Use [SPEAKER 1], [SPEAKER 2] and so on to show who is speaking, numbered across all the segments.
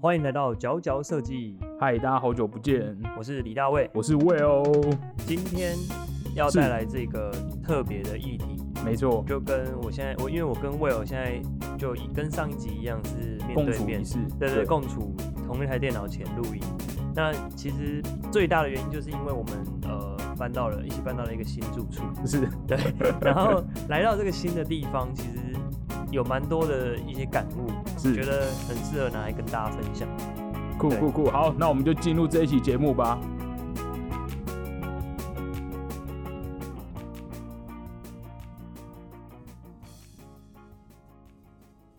[SPEAKER 1] 欢迎来到佼佼设计，
[SPEAKER 2] 嗨，大家好久不见，
[SPEAKER 1] 我是李大卫。
[SPEAKER 2] 我是 Will。
[SPEAKER 1] 今天要
[SPEAKER 2] 是
[SPEAKER 1] 带来这个特别的议题，
[SPEAKER 2] 没错，
[SPEAKER 1] 就跟我现在我因为我跟 Will 现在就以跟上一集一样是面
[SPEAKER 2] 共
[SPEAKER 1] 对
[SPEAKER 2] 处
[SPEAKER 1] 面
[SPEAKER 2] 一，室，
[SPEAKER 1] 对对，共处同一台电脑前录音。那其实最大的原因就是因为我们呃搬到了一起搬到了一个新住处，
[SPEAKER 2] 是，
[SPEAKER 1] 对，然后来到这个新的地方，其实有蛮多的一些感悟，
[SPEAKER 2] 是
[SPEAKER 1] 觉得很适合拿来跟大家分享。
[SPEAKER 2] 酷
[SPEAKER 1] 对
[SPEAKER 2] 酷酷，好，那我们就进入这一期节目吧。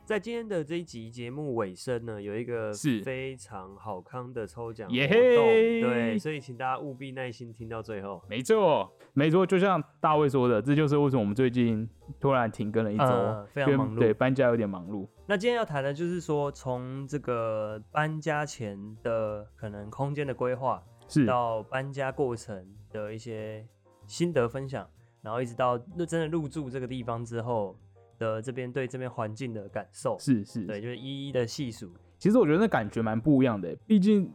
[SPEAKER 1] 在今天的这一集节目尾声呢，有一个
[SPEAKER 2] 是
[SPEAKER 1] 非常好康的抽奖活动
[SPEAKER 2] 耶嘿
[SPEAKER 1] 对，所以请大家务必耐心听到最后。
[SPEAKER 2] 没错，没错，就像大卫说的，这就是为什么我们最近突然停更了一周，
[SPEAKER 1] 呃非常
[SPEAKER 2] 因为
[SPEAKER 1] 忙碌
[SPEAKER 2] 对，搬家有点忙碌，
[SPEAKER 1] 那今天要谈的就是说，从这个搬家前的可能空间的规划，
[SPEAKER 2] 是，
[SPEAKER 1] 到搬家过程的一些心得分享，然后一直到那真的入住这个地方之后的这边对这边环境的感受，
[SPEAKER 2] 是是，
[SPEAKER 1] 对，就是一一的细数。
[SPEAKER 2] 其实我觉得那感觉蛮不一样的，毕竟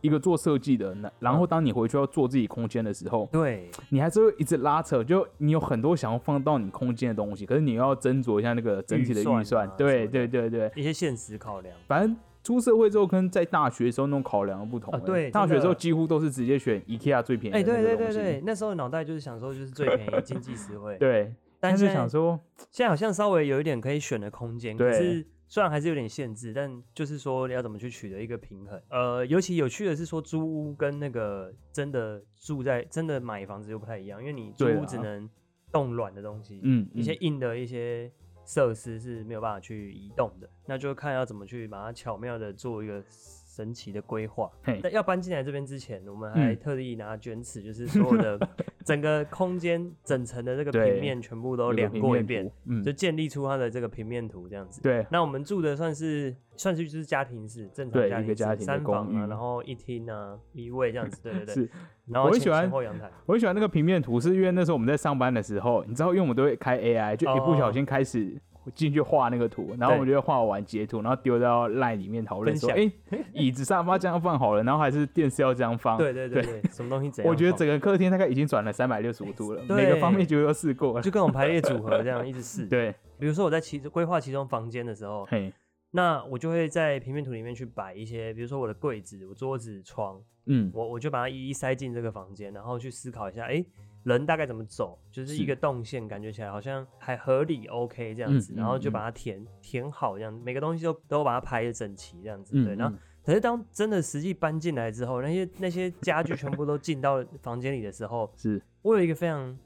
[SPEAKER 2] 一个做设计的，那然
[SPEAKER 1] 嗯
[SPEAKER 2] 后当你回去要做自己空间的时候，
[SPEAKER 1] 对，
[SPEAKER 2] 你还是会一直拉扯，就你有很多想要放到你空间的东西，可是你要斟酌一下那个整体的
[SPEAKER 1] 预算啊
[SPEAKER 2] 预算，
[SPEAKER 1] 什么
[SPEAKER 2] 对
[SPEAKER 1] 的
[SPEAKER 2] 对对对，
[SPEAKER 1] 一些现实考量。
[SPEAKER 2] 反正出社会之后跟在大学的时候那种考量不同、
[SPEAKER 1] 啊对
[SPEAKER 2] 大
[SPEAKER 1] 真的
[SPEAKER 2] 学的时候几乎都是直接选 IKEA 最便
[SPEAKER 1] 哎、
[SPEAKER 2] 宜的
[SPEAKER 1] 对
[SPEAKER 2] 那
[SPEAKER 1] 对
[SPEAKER 2] 个
[SPEAKER 1] 对
[SPEAKER 2] 东西，
[SPEAKER 1] 对，那时候脑袋就是想说，就是最便宜、经济实惠。
[SPEAKER 2] 对
[SPEAKER 1] 但
[SPEAKER 2] 但
[SPEAKER 1] 现
[SPEAKER 2] 是
[SPEAKER 1] 在
[SPEAKER 2] 想说，
[SPEAKER 1] 现在好像稍微有一点可以选的空间，可
[SPEAKER 2] 对
[SPEAKER 1] 是虽然还是有点限制，但就是说要怎么去取得一个平衡。呃，尤其有趣的是说租屋跟那个真的住在真的买房子又不太一样，因为你租
[SPEAKER 2] 对
[SPEAKER 1] 屋
[SPEAKER 2] 啦
[SPEAKER 1] 只能动软的东西，
[SPEAKER 2] 嗯，
[SPEAKER 1] 一些
[SPEAKER 2] 嗯
[SPEAKER 1] 硬的一些设施是没有办法去移动的，那就看要怎么去把它巧妙的做一个神奇的规划
[SPEAKER 2] 嘿。
[SPEAKER 1] 在要搬进来这边之前，我们还
[SPEAKER 2] 嗯
[SPEAKER 1] 特地拿卷尺，就是所有 的整个空间整层的这个
[SPEAKER 2] 对
[SPEAKER 1] 平面全部
[SPEAKER 2] 有
[SPEAKER 1] 都
[SPEAKER 2] 个
[SPEAKER 1] 量
[SPEAKER 2] 平
[SPEAKER 1] 过一
[SPEAKER 2] 面
[SPEAKER 1] 遍
[SPEAKER 2] 图，，嗯
[SPEAKER 1] 就，建立出它的这个平面图这样子。
[SPEAKER 2] 对
[SPEAKER 1] 那我们住的算是算是就是家庭式，正常
[SPEAKER 2] 对
[SPEAKER 1] 家
[SPEAKER 2] 一
[SPEAKER 1] 庭
[SPEAKER 2] 个家
[SPEAKER 1] 式，
[SPEAKER 2] 庭的
[SPEAKER 1] 三房
[SPEAKER 2] 公
[SPEAKER 1] 啊，
[SPEAKER 2] 寓
[SPEAKER 1] 然后一厅啊，一卫这样子，对对对。
[SPEAKER 2] 是。
[SPEAKER 1] 然后
[SPEAKER 2] 我很
[SPEAKER 1] 前
[SPEAKER 2] 喜欢啊
[SPEAKER 1] 前后阳台，
[SPEAKER 2] 我很喜欢那个平面图，是因为那时候我们在上班的时候，你知道，因为我们都会开 AI，就一
[SPEAKER 1] 哦
[SPEAKER 2] 不小心开始进去画那个图，然后我们就会画完截图，然后丢到 LINE 里面讨论说，
[SPEAKER 1] 分
[SPEAKER 2] 哎、椅子沙发这样放好了，然后还是电视要这样放。
[SPEAKER 1] 对对对对，什么东西怎样放？
[SPEAKER 2] 我觉得整个客厅大概已经转了三百六十五度了，
[SPEAKER 1] 对
[SPEAKER 2] 每个方面就都试过了。
[SPEAKER 1] 就各种排列组合这样一直试。
[SPEAKER 2] 对，
[SPEAKER 1] 比如说我在其规划其中房间的时候，
[SPEAKER 2] 嘿，
[SPEAKER 1] 那我就会在平面图里面去摆一些，比如说我的柜子、我桌子、床，
[SPEAKER 2] 嗯，
[SPEAKER 1] 我我就把它一一塞进这个房间，然后去思考一下，诶，人大概怎么走，就是一
[SPEAKER 2] 是
[SPEAKER 1] 个动线，感觉起来好像还合理，OK 这样子，
[SPEAKER 2] 嗯嗯
[SPEAKER 1] 然后就把它填填好，这样每个东西都都把它排的整齐，这样子，
[SPEAKER 2] 嗯
[SPEAKER 1] 对。然后
[SPEAKER 2] 嗯
[SPEAKER 1] 可是当真的实际搬进来之后，那些那些家具全部都进到房间里的时候，
[SPEAKER 2] 是，
[SPEAKER 1] 我有一个非常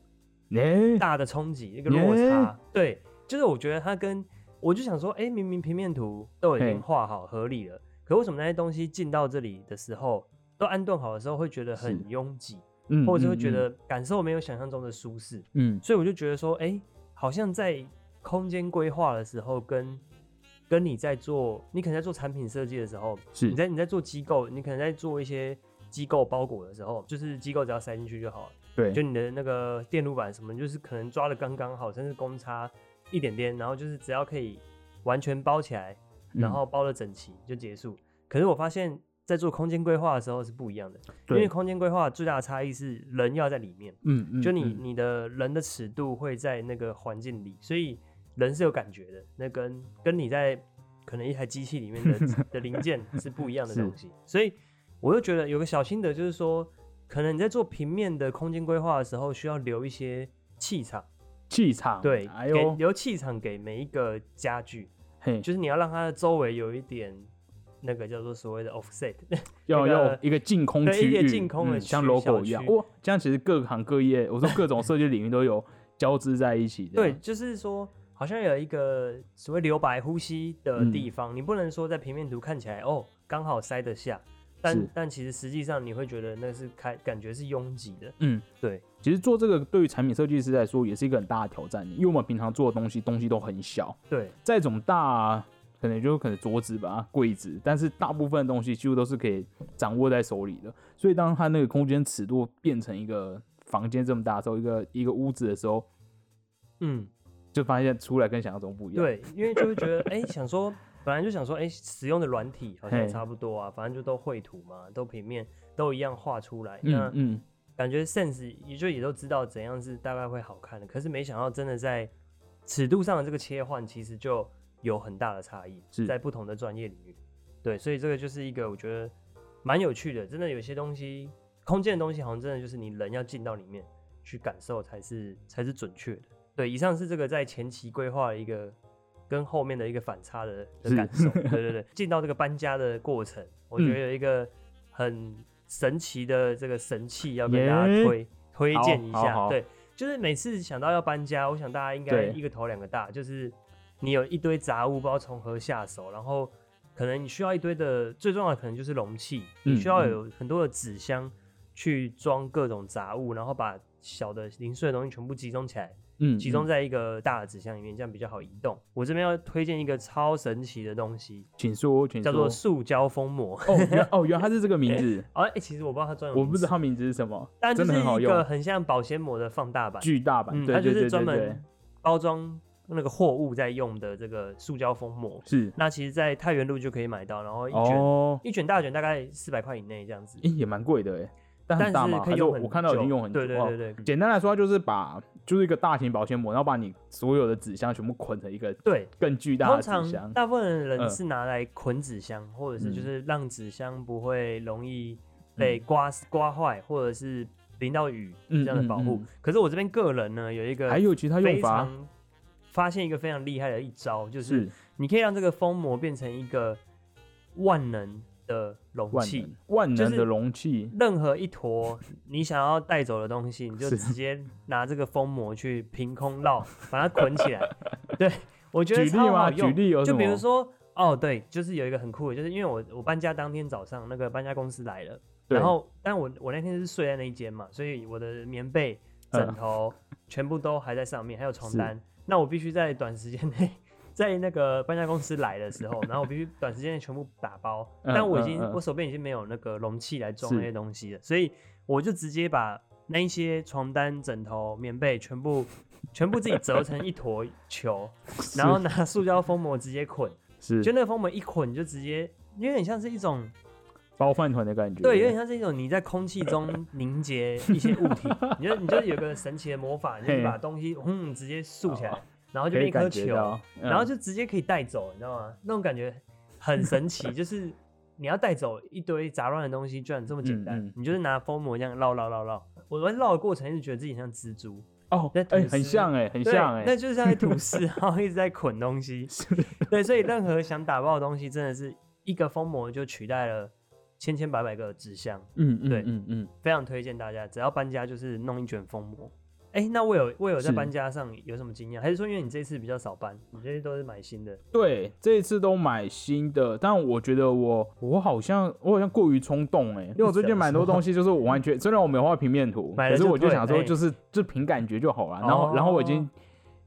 [SPEAKER 2] 哎、
[SPEAKER 1] 大的冲击，一个落差。对，就是我觉得它跟我就想说，哎、明明平面图都已经
[SPEAKER 2] 嘿
[SPEAKER 1] 画好合理了，可为什么那些东西进到这里的时候，都安顿好的时候会觉得很
[SPEAKER 2] 是
[SPEAKER 1] 拥挤，
[SPEAKER 2] 嗯
[SPEAKER 1] 或者是会觉，得感受没有想象中的舒适？
[SPEAKER 2] 嗯，嗯
[SPEAKER 1] 所以我就觉得说，哎、好像在空间规划的时候跟。跟你在做，你可能在做产品设计的时候，
[SPEAKER 2] 是
[SPEAKER 1] 你在你在做机构，你可能在做一些机构包裹的时候，就是机构只要塞进去就好了。
[SPEAKER 2] 对，
[SPEAKER 1] 就你的那个电路板什么，就是可能抓的刚刚好，甚至公差一点点，然后就是只要可以完全包起来，
[SPEAKER 2] 嗯
[SPEAKER 1] 然后包的整齐就结束。可是我发现，在做空间规划的时候是不一样的，因为
[SPEAKER 2] 对，
[SPEAKER 1] 空间规划最大的差异是人要在里面，
[SPEAKER 2] 嗯嗯，
[SPEAKER 1] 就你
[SPEAKER 2] 嗯
[SPEAKER 1] 你的人的尺度会在那个环境里，所以人是有感觉的，那跟跟你在可能一台机器里面 的的零件是不一样的
[SPEAKER 2] 是
[SPEAKER 1] 东西，所以我就觉得有个小心得就是说，可能你在做平面的空间规划的时候，需要留一些气场，
[SPEAKER 2] 气场，
[SPEAKER 1] 对，
[SPEAKER 2] 哎
[SPEAKER 1] 给
[SPEAKER 2] 呦，
[SPEAKER 1] 留气场给每一个家具，
[SPEAKER 2] 嘿，
[SPEAKER 1] 就是你要让它的周围有一点那个叫做所谓的 offset，那
[SPEAKER 2] 要
[SPEAKER 1] 个
[SPEAKER 2] 要一个净空
[SPEAKER 1] 对
[SPEAKER 2] 区
[SPEAKER 1] 一个
[SPEAKER 2] 域，
[SPEAKER 1] 净空的
[SPEAKER 2] 嗯、
[SPEAKER 1] 区
[SPEAKER 2] 像
[SPEAKER 1] 小
[SPEAKER 2] logo 一样，
[SPEAKER 1] 区
[SPEAKER 2] 哇，这样其实各行各业，我说各种设计领域都有交织在一起。这
[SPEAKER 1] 对，
[SPEAKER 2] 样，
[SPEAKER 1] 就是说，好像有一个所谓留白呼吸的
[SPEAKER 2] 嗯
[SPEAKER 1] 地方，你不能说在平面图看起来哦刚好塞得下，但
[SPEAKER 2] 是
[SPEAKER 1] 但其实实际上你会觉得那是开感觉是拥挤的，
[SPEAKER 2] 嗯，
[SPEAKER 1] 对，
[SPEAKER 2] 其实做这个对于产品设计师来说也是一个很大的挑战，因为我们平常做的东西东西都很小，
[SPEAKER 1] 对
[SPEAKER 2] 再怎么大，可能就可能桌子吧、柜子，但是大部分的东西几乎都是可以掌握在手里的。所以当它那个空间尺度变成一个房间这么大的时候，一个一个屋子的时候，
[SPEAKER 1] 嗯
[SPEAKER 2] 就发现出来跟想象中不一样。
[SPEAKER 1] 对，因为就会觉得哎、想说。本来就想说，哎、使用的软体好像也
[SPEAKER 2] 嘿
[SPEAKER 1] 差不多啊，反正就都绘图嘛，都平面都一样画出来，
[SPEAKER 2] 嗯
[SPEAKER 1] 那
[SPEAKER 2] 嗯，
[SPEAKER 1] 感觉 Sense 也就也都知道怎样是大概会好看的。可是没想到真的在尺度上的这个切换，其实就有很大的差异
[SPEAKER 2] 是，
[SPEAKER 1] 在不同的专业领域。对，所以这个就是一个我觉得蛮有趣的，真的有些东西，空间的东西好像真的就是你人要进到里面去感受才是才是准确的。对，以上是这个在前期规划的一个跟后面的一个反差的的
[SPEAKER 2] 是嗯
[SPEAKER 1] 感受。对对 对，进到这个搬家的过程，我觉得有一个很神奇的这个神器要跟大家
[SPEAKER 2] 耶
[SPEAKER 1] 推推荐一
[SPEAKER 2] 好好
[SPEAKER 1] 下。
[SPEAKER 2] 好
[SPEAKER 1] 对，就是每次想到要搬家，我想大家应该
[SPEAKER 2] 对
[SPEAKER 1] 一个头两个大，就是你有一堆杂物，不知道从何下手，然后可能你需要一堆的，最重要的可能就是容器，
[SPEAKER 2] 嗯
[SPEAKER 1] 你需要
[SPEAKER 2] 嗯
[SPEAKER 1] 有很多的纸箱去装各种杂物，然后把小的零碎的东西全部集中起来，
[SPEAKER 2] 嗯，
[SPEAKER 1] 集中
[SPEAKER 2] 嗯，
[SPEAKER 1] 在一个大的纸箱里面，这样比较好移动。我这边要推荐一个超神奇的东西，
[SPEAKER 2] 请说，请
[SPEAKER 1] 叫做
[SPEAKER 2] 说。
[SPEAKER 1] 塑胶封膜。
[SPEAKER 2] 哦，原哦，原来它是这个名字，
[SPEAKER 1] 哦，哎、其实我不知道它专有
[SPEAKER 2] 我
[SPEAKER 1] 名
[SPEAKER 2] 不知
[SPEAKER 1] 词
[SPEAKER 2] 道它名字是什么，
[SPEAKER 1] 但就
[SPEAKER 2] 真
[SPEAKER 1] 是
[SPEAKER 2] 的很好
[SPEAKER 1] 一个
[SPEAKER 2] 用，
[SPEAKER 1] 很像保鲜膜的放大版，
[SPEAKER 2] 巨大版，
[SPEAKER 1] 嗯，
[SPEAKER 2] 对
[SPEAKER 1] 它就
[SPEAKER 2] 对对
[SPEAKER 1] 是专
[SPEAKER 2] 对对
[SPEAKER 1] 门，包装那个货物在用的这个塑胶封膜。
[SPEAKER 2] 是
[SPEAKER 1] 那其实，在太原路就可以买到，然后一卷、
[SPEAKER 2] 哦，
[SPEAKER 1] 一卷大卷大概四百块以内这样子，
[SPEAKER 2] 诶，也蛮贵的诶，但
[SPEAKER 1] 但
[SPEAKER 2] 很大
[SPEAKER 1] 是
[SPEAKER 2] 嘛，
[SPEAKER 1] 可以
[SPEAKER 2] 还是
[SPEAKER 1] 用
[SPEAKER 2] 我
[SPEAKER 1] 很
[SPEAKER 2] 我看到已经用很久
[SPEAKER 1] 对对
[SPEAKER 2] 哦
[SPEAKER 1] 对对对
[SPEAKER 2] 简单来说，它就是把就是一个大型保鲜膜，然后把你所有的纸箱全部捆成一个
[SPEAKER 1] 对。
[SPEAKER 2] 更巨大
[SPEAKER 1] 通
[SPEAKER 2] 的纸
[SPEAKER 1] 常
[SPEAKER 2] 箱。
[SPEAKER 1] 大部分人
[SPEAKER 2] 嗯
[SPEAKER 1] 是拿来捆纸箱，或者是就
[SPEAKER 2] 嗯
[SPEAKER 1] 是让纸箱不会容易被刮、刮坏，或者是淋到雨这
[SPEAKER 2] 嗯
[SPEAKER 1] 样的
[SPEAKER 2] 嗯
[SPEAKER 1] 保护。
[SPEAKER 2] 嗯
[SPEAKER 1] 可是我这边个人呢，有一个
[SPEAKER 2] 还有其他用
[SPEAKER 1] 非
[SPEAKER 2] 法
[SPEAKER 1] 常发现一个非常厉害的一招，就是
[SPEAKER 2] 是
[SPEAKER 1] 你可以让这个封膜变成一个万能的容
[SPEAKER 2] 万
[SPEAKER 1] 器
[SPEAKER 2] 能，万
[SPEAKER 1] 就
[SPEAKER 2] 能
[SPEAKER 1] 是
[SPEAKER 2] 的容器，
[SPEAKER 1] 任何一坨你想要带走的东西，你就是直接拿这个封膜去凭空绕，把它捆起 来。对，我觉得
[SPEAKER 2] 举例
[SPEAKER 1] 超好
[SPEAKER 2] 吗？举
[SPEAKER 1] 用。
[SPEAKER 2] 例有什
[SPEAKER 1] 就
[SPEAKER 2] 么？
[SPEAKER 1] 比如说，哦，对，就是有一个很酷的，就是因为我我搬家当天早上，那个搬家公司来了，
[SPEAKER 2] 对，
[SPEAKER 1] 然后但我我那天是睡在那一间嘛，所以我的棉被、
[SPEAKER 2] 嗯
[SPEAKER 1] 枕头、全部都还在上面，还有床
[SPEAKER 2] 是
[SPEAKER 1] 单。那我必须在短时间内，在那个搬家公司来的时候，然后我必须短时间内全部打包。
[SPEAKER 2] 嗯
[SPEAKER 1] 但我已
[SPEAKER 2] 嗯
[SPEAKER 1] 经、
[SPEAKER 2] 嗯
[SPEAKER 1] 我手边已经没有那个容器来装
[SPEAKER 2] 是
[SPEAKER 1] 那些东西了，所以我就直接把那一些床单、枕头、棉被全部全部自己折成一坨 球，然后拿塑胶封膜直接捆，
[SPEAKER 2] 是
[SPEAKER 1] 就是那个封膜一捆就直接。有点像是一种
[SPEAKER 2] 包饭团的感觉，
[SPEAKER 1] 对，有点像是一种你在空气中凝结一些物 体，你就你就有个神奇的魔法，你就是
[SPEAKER 2] 嘿
[SPEAKER 1] 把东西轰直接竖起来
[SPEAKER 2] 哦，
[SPEAKER 1] 然后就
[SPEAKER 2] 可
[SPEAKER 1] 变
[SPEAKER 2] 以
[SPEAKER 1] 一颗
[SPEAKER 2] 感觉
[SPEAKER 1] 球，
[SPEAKER 2] 到，
[SPEAKER 1] 然后
[SPEAKER 2] 嗯
[SPEAKER 1] 就直接可以带走，你知道吗？那种感觉很神奇，就是你要带走一堆杂乱的东西，居然这么简单，
[SPEAKER 2] 嗯嗯
[SPEAKER 1] 你就是拿封膜这样绕绕绕绕。我在绕的过程一直觉得自己很像蜘蛛，
[SPEAKER 2] 哦，
[SPEAKER 1] 在
[SPEAKER 2] 哎，
[SPEAKER 1] 吐
[SPEAKER 2] 很
[SPEAKER 1] 司
[SPEAKER 2] 像哎，很
[SPEAKER 1] 对
[SPEAKER 2] 像哎
[SPEAKER 1] 那，就是像在 吐丝，然后一直在捆东西。 对，所以任何想打包的东西，真的是一个封膜就取代了千千百百个纸箱。
[SPEAKER 2] 嗯
[SPEAKER 1] 对
[SPEAKER 2] 嗯嗯嗯，
[SPEAKER 1] 非常推荐大家，只要搬家就是弄一卷封膜。哎、那我有我有在
[SPEAKER 2] 是
[SPEAKER 1] 搬家上有什么经验？还是说因为你这次比较少搬，你这些都是买新的？
[SPEAKER 2] 对，这一次都买新的，但我觉得我我好像我好像过于冲动哎、因为我最近买很多东西，就是我完全虽然我没有画平面图，
[SPEAKER 1] 买了
[SPEAKER 2] 可是
[SPEAKER 1] 就
[SPEAKER 2] 我就
[SPEAKER 1] 退
[SPEAKER 2] 想说
[SPEAKER 1] 哎哦
[SPEAKER 2] 就是、就凭感觉就好了。然后、然后我已经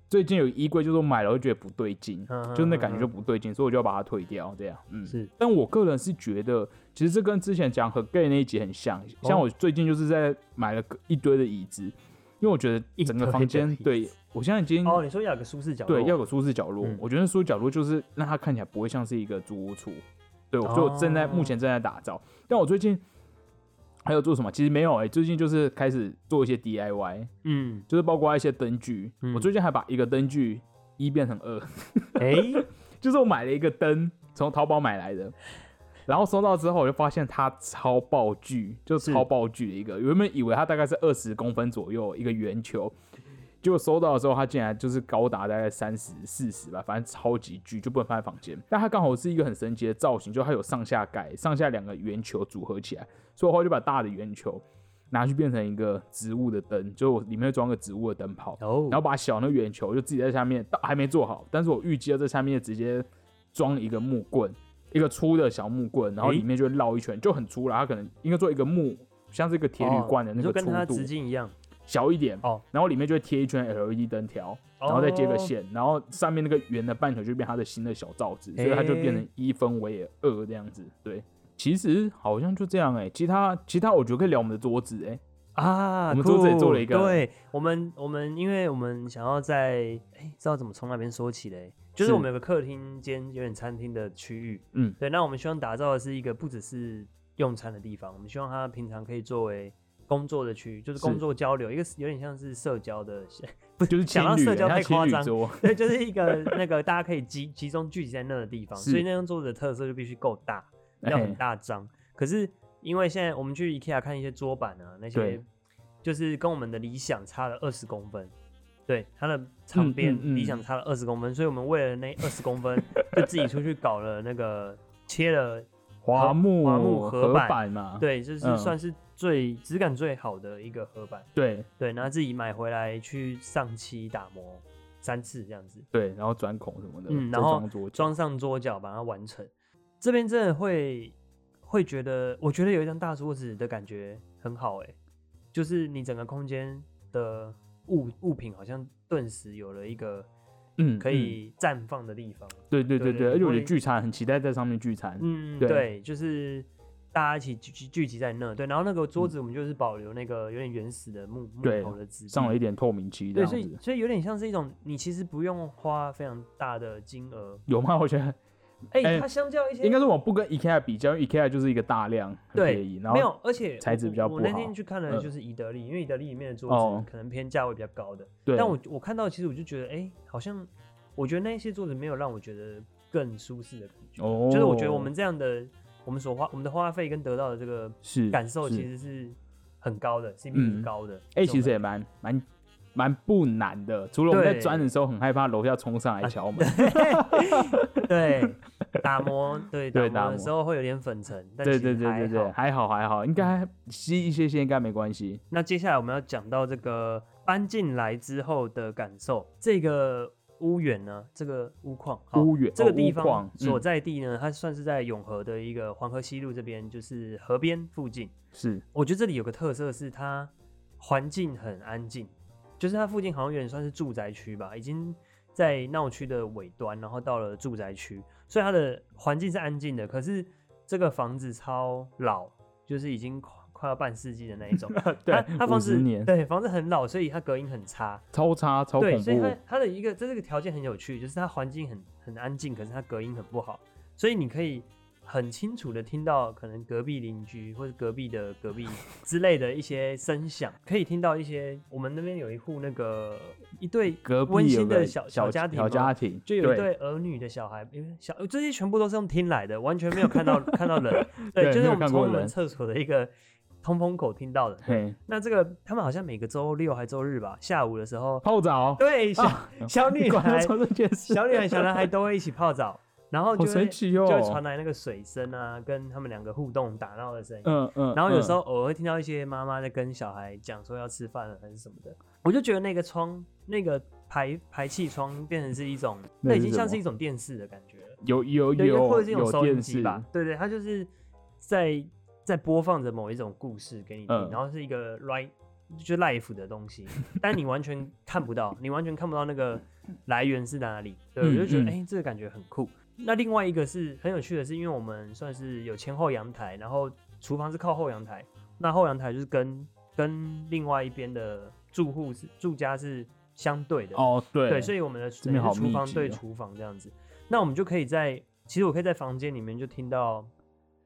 [SPEAKER 2] 最近有衣柜，就是我买了我就觉得不对劲，
[SPEAKER 1] 嗯
[SPEAKER 2] 就那感觉就
[SPEAKER 1] 嗯
[SPEAKER 2] 不对劲，所以我就要把它退掉这样。嗯，
[SPEAKER 1] 是
[SPEAKER 2] 但我个人是觉得，其实这跟之前讲和 gay 那一集很像。像
[SPEAKER 1] 哦
[SPEAKER 2] 我最近就是在买了个一堆的椅子，因为我觉
[SPEAKER 1] 一
[SPEAKER 2] 得整
[SPEAKER 1] 堆
[SPEAKER 2] 个
[SPEAKER 1] 的
[SPEAKER 2] 房间
[SPEAKER 1] 椅
[SPEAKER 2] 对我现在已经
[SPEAKER 1] 嗯哦，你说要有个舒适角落，
[SPEAKER 2] 对，要有舒适角落。
[SPEAKER 1] 嗯
[SPEAKER 2] 我觉得舒适角落就是让它看起来不会像是一个租屋处。对，我就正在、目前正在打造，但我最近还有做什么？其实没有哎、最近就是开始做一些 DIY，
[SPEAKER 1] 嗯，
[SPEAKER 2] 就是包括一些灯具。
[SPEAKER 1] 嗯
[SPEAKER 2] 我最近还把一个灯具一变成二，
[SPEAKER 1] 哎、
[SPEAKER 2] 就是我买了一个灯，从淘宝买来的。然后收到之后，我就发现它超爆巨，就是
[SPEAKER 1] 是
[SPEAKER 2] 超爆巨的一个。原本以为它大概是二十公分左右一个圆球，结果收到的时候，它竟然就是高达大概三十四十吧，反正超级巨，就不能放在房间。但它刚好是一个很神奇的造型，就它有上下盖，上下两个圆球组合起来，所以我后来就把大的圆球拿去变成一个植物的灯，就我里面会装个植物的灯泡。
[SPEAKER 1] 哦，
[SPEAKER 2] 然后把小那圆球就自己在下面，到还没做好，但是我预计要在下面直接装一个木棍，一个粗的小木棍，然后
[SPEAKER 1] 诶
[SPEAKER 2] 里面就绕一圈，就很粗了。它可能应该做一个木，像是一个铁铝罐的
[SPEAKER 1] 哦
[SPEAKER 2] 那
[SPEAKER 1] 你
[SPEAKER 2] 个
[SPEAKER 1] 说跟它
[SPEAKER 2] 粗
[SPEAKER 1] 直
[SPEAKER 2] 度，
[SPEAKER 1] 径一样，
[SPEAKER 2] 小一点。
[SPEAKER 1] 哦
[SPEAKER 2] 然后里面就会贴一圈 LED 灯条，然后再接个线，然后上面那个圆的半球就变它的新的小罩子，所以它就变成
[SPEAKER 1] 诶
[SPEAKER 2] 一分为二这样子。对，其实好像就这样哎、其他其他我觉得可以聊我们的桌子哎、
[SPEAKER 1] 啊，
[SPEAKER 2] 我们桌子也
[SPEAKER 1] 酷
[SPEAKER 2] 做了一个
[SPEAKER 1] 对我们我们因为我们想要在哎、知道怎么从那边说起嘞，就是
[SPEAKER 2] 是
[SPEAKER 1] 我们有个客厅间，有点餐厅的区域，
[SPEAKER 2] 嗯，
[SPEAKER 1] 对。那我们希望打造的是一个不只是用餐的地方，我们希望它平常可以作为工作的区域，就是工
[SPEAKER 2] 是
[SPEAKER 1] 作交流，一个有点像是社交的，
[SPEAKER 2] 就是情
[SPEAKER 1] 想到
[SPEAKER 2] 侣，
[SPEAKER 1] 社交
[SPEAKER 2] 人家
[SPEAKER 1] 太
[SPEAKER 2] 情
[SPEAKER 1] 夸
[SPEAKER 2] 侣
[SPEAKER 1] 张
[SPEAKER 2] 桌，
[SPEAKER 1] 对，就是一个那个大家可以集集中聚集在那的地方。
[SPEAKER 2] 是
[SPEAKER 1] 所以那张桌子的特色就必须够大，要很
[SPEAKER 2] 哎
[SPEAKER 1] 大张。可是因为现在我们去 IKEA 看一些桌板啊，那些
[SPEAKER 2] 对
[SPEAKER 1] 就是跟我们的理想差了二十公分。对，它的长边
[SPEAKER 2] 嗯嗯
[SPEAKER 1] 理想差了二十公分，所以我们为了那二十公分，就自己出去搞了那个切了，
[SPEAKER 2] 桦木
[SPEAKER 1] 桦木合
[SPEAKER 2] 合
[SPEAKER 1] 板
[SPEAKER 2] 板嘛，
[SPEAKER 1] 对，就是
[SPEAKER 2] 嗯
[SPEAKER 1] 算是最质感最好的一个合板。
[SPEAKER 2] 对
[SPEAKER 1] 对，然后自己买回来去上漆打磨三次这样子。
[SPEAKER 2] 对，然后钻孔什么的，
[SPEAKER 1] 嗯
[SPEAKER 2] 再
[SPEAKER 1] 然后
[SPEAKER 2] 装桌
[SPEAKER 1] 装上桌角把它完成。这边真的会会觉得，我觉得有一张大桌子的感觉很好哎、就是你整个空间的物物品好像顿时有了一个
[SPEAKER 2] 嗯，
[SPEAKER 1] 可
[SPEAKER 2] 嗯，
[SPEAKER 1] 以绽放的地方。
[SPEAKER 2] 对对
[SPEAKER 1] 对
[SPEAKER 2] 对对，
[SPEAKER 1] 对
[SPEAKER 2] 而且我
[SPEAKER 1] 不
[SPEAKER 2] 觉
[SPEAKER 1] 会
[SPEAKER 2] 得聚餐很期待在上面聚餐，
[SPEAKER 1] 嗯，
[SPEAKER 2] 对
[SPEAKER 1] 对，就是大家一起聚聚聚集在那，对，然后那个桌子我们就是保留那个有点原始的木木
[SPEAKER 2] 嗯对
[SPEAKER 1] 头的质地，
[SPEAKER 2] 上了一点透明漆这
[SPEAKER 1] 对，
[SPEAKER 2] 样
[SPEAKER 1] 所以
[SPEAKER 2] 子，
[SPEAKER 1] 所以有点像是一种你其实不用花非常大的金额，
[SPEAKER 2] 有吗？我觉得
[SPEAKER 1] 哎、
[SPEAKER 2] 哎
[SPEAKER 1] 它相较一些
[SPEAKER 2] 应该说我不跟 IKEA 比较，因为，IKEA 就是一个大量很
[SPEAKER 1] 对
[SPEAKER 2] 便宜，然后
[SPEAKER 1] 没有，而且
[SPEAKER 2] 材
[SPEAKER 1] 我
[SPEAKER 2] 质比较
[SPEAKER 1] 我
[SPEAKER 2] 不
[SPEAKER 1] 那
[SPEAKER 2] 好
[SPEAKER 1] 天去看了
[SPEAKER 2] 嗯
[SPEAKER 1] 就是宜得利，因为宜得利里面的桌
[SPEAKER 2] 哦
[SPEAKER 1] 子可能偏价位比较高的，
[SPEAKER 2] 对，
[SPEAKER 1] 但我我看到其实我就觉得，哎、好像我觉得那些桌子没有让我觉得更舒适的感觉，
[SPEAKER 2] 哦，
[SPEAKER 1] 就是我觉得我们这样的我们所花我们的花费跟得到的这个
[SPEAKER 2] 是
[SPEAKER 1] 感受
[SPEAKER 2] 是
[SPEAKER 1] 其实是很高的，CP 很
[SPEAKER 2] 嗯
[SPEAKER 1] 高的。这
[SPEAKER 2] 哎、
[SPEAKER 1] 种
[SPEAKER 2] 其实
[SPEAKER 1] 感
[SPEAKER 2] 也蛮蛮蛮不难的，除了我们在
[SPEAKER 1] 对啊
[SPEAKER 2] 钻的时候很害怕楼下冲上来敲门，
[SPEAKER 1] 觉 对打磨对
[SPEAKER 2] 对打
[SPEAKER 1] 打磨的
[SPEAKER 2] 磨
[SPEAKER 1] 时候会有点粉尘，但
[SPEAKER 2] 对
[SPEAKER 1] 其实
[SPEAKER 2] 对对对
[SPEAKER 1] 还
[SPEAKER 2] 对，
[SPEAKER 1] 好
[SPEAKER 2] 还好还好，应该吸一些些应该没关系。
[SPEAKER 1] 那接下来我们要讲到这个搬进来之后的感受，这个屋源呢，这个屋况，好
[SPEAKER 2] 屋源
[SPEAKER 1] 这个
[SPEAKER 2] 哦
[SPEAKER 1] 地
[SPEAKER 2] 屋况
[SPEAKER 1] 方
[SPEAKER 2] 嗯
[SPEAKER 1] 所在地呢，它算是在永和的一个黄河西路这边，就是河边附近。
[SPEAKER 2] 是，
[SPEAKER 1] 我觉得这里有个特色是它环境很安静，就是它附近好像有点算是住宅区吧，已经在闹区的尾端，然后到了住宅区，所以它的环境是安静的。可是这个房子超老，就是已经快快要半世纪的那一种。
[SPEAKER 2] 对
[SPEAKER 1] 它，它
[SPEAKER 2] 五
[SPEAKER 1] 房
[SPEAKER 2] 十
[SPEAKER 1] 子
[SPEAKER 2] 年
[SPEAKER 1] 对房子很老，所以它隔音很差。
[SPEAKER 2] 超差超
[SPEAKER 1] 对，
[SPEAKER 2] 恐
[SPEAKER 1] 所以它
[SPEAKER 2] 怖，哦
[SPEAKER 1] 它的一个这这个条件很有趣，就是它环境很很安静，可是它隔音很不好，所以你可以很清楚的听到可能隔壁邻居或者隔壁的隔 壁之类的一些声响，可以听到一些我们那边有一户那个一对
[SPEAKER 2] 隔壁
[SPEAKER 1] 温
[SPEAKER 2] 有
[SPEAKER 1] 馨
[SPEAKER 2] 个
[SPEAKER 1] 的小
[SPEAKER 2] 小
[SPEAKER 1] 家庭
[SPEAKER 2] 小
[SPEAKER 1] 嘛
[SPEAKER 2] 家庭，
[SPEAKER 1] 就有一对
[SPEAKER 2] 对
[SPEAKER 1] 儿女的小孩，因为小这些全部都是用听来的，完全没有 看到看到人，
[SPEAKER 2] 对
[SPEAKER 1] 对，就
[SPEAKER 2] 没
[SPEAKER 1] 是
[SPEAKER 2] 有
[SPEAKER 1] 我们
[SPEAKER 2] 看
[SPEAKER 1] 从
[SPEAKER 2] 过
[SPEAKER 1] 我们
[SPEAKER 2] 人
[SPEAKER 1] 厕所的一个通风口听到的。
[SPEAKER 2] 嘿，
[SPEAKER 1] 那这个他们好像每个周六还周日吧，下午的时候，
[SPEAKER 2] 泡澡，
[SPEAKER 1] 对小、
[SPEAKER 2] 啊
[SPEAKER 1] 小 女
[SPEAKER 2] 管他
[SPEAKER 1] 孩、
[SPEAKER 2] 做这件事，
[SPEAKER 1] 小女孩、小男孩都会一起泡澡，然后
[SPEAKER 2] 好
[SPEAKER 1] 就会、
[SPEAKER 2] 神奇
[SPEAKER 1] 就
[SPEAKER 2] 哦
[SPEAKER 1] 会，传来那个水声啊，跟他们两个互动打闹的声音。
[SPEAKER 2] 嗯嗯，
[SPEAKER 1] 然后有
[SPEAKER 2] 嗯
[SPEAKER 1] 时候偶尔会听到一些妈妈在跟小孩讲说要吃饭了还是什么的，我就觉得那个窗那个排排气窗变成是一种，那
[SPEAKER 2] 那是
[SPEAKER 1] 已经
[SPEAKER 2] 什
[SPEAKER 1] 像
[SPEAKER 2] 么
[SPEAKER 1] 是一种电视的感觉了，
[SPEAKER 2] 有有
[SPEAKER 1] 对，
[SPEAKER 2] 有
[SPEAKER 1] 或者是一种
[SPEAKER 2] 有
[SPEAKER 1] 收音
[SPEAKER 2] 电
[SPEAKER 1] 机
[SPEAKER 2] 视，
[SPEAKER 1] 吧，对对，它就是在在播放着某一种故事给你听，
[SPEAKER 2] 嗯
[SPEAKER 1] 然后是一个 live 就 life 的东 西，但你完全看不到，你完全看不到那个来源是哪里，对，我就觉得
[SPEAKER 2] 嗯嗯
[SPEAKER 1] 哎、这个感觉很酷。那另外一个是很有趣的是，因为我们算是有前后阳台，然后厨房是靠后阳台，那后阳台就是跟跟另外一边的住户是住家是相对的，
[SPEAKER 2] 哦对
[SPEAKER 1] 对，所
[SPEAKER 2] 以
[SPEAKER 1] 以我们的
[SPEAKER 2] 这
[SPEAKER 1] 等
[SPEAKER 2] 边
[SPEAKER 1] 于
[SPEAKER 2] 好
[SPEAKER 1] 是
[SPEAKER 2] 密
[SPEAKER 1] 厨房
[SPEAKER 2] 集
[SPEAKER 1] 对
[SPEAKER 2] 哦
[SPEAKER 1] 厨房这样子，那我们就可以在，其实我可以在房间里面就听到，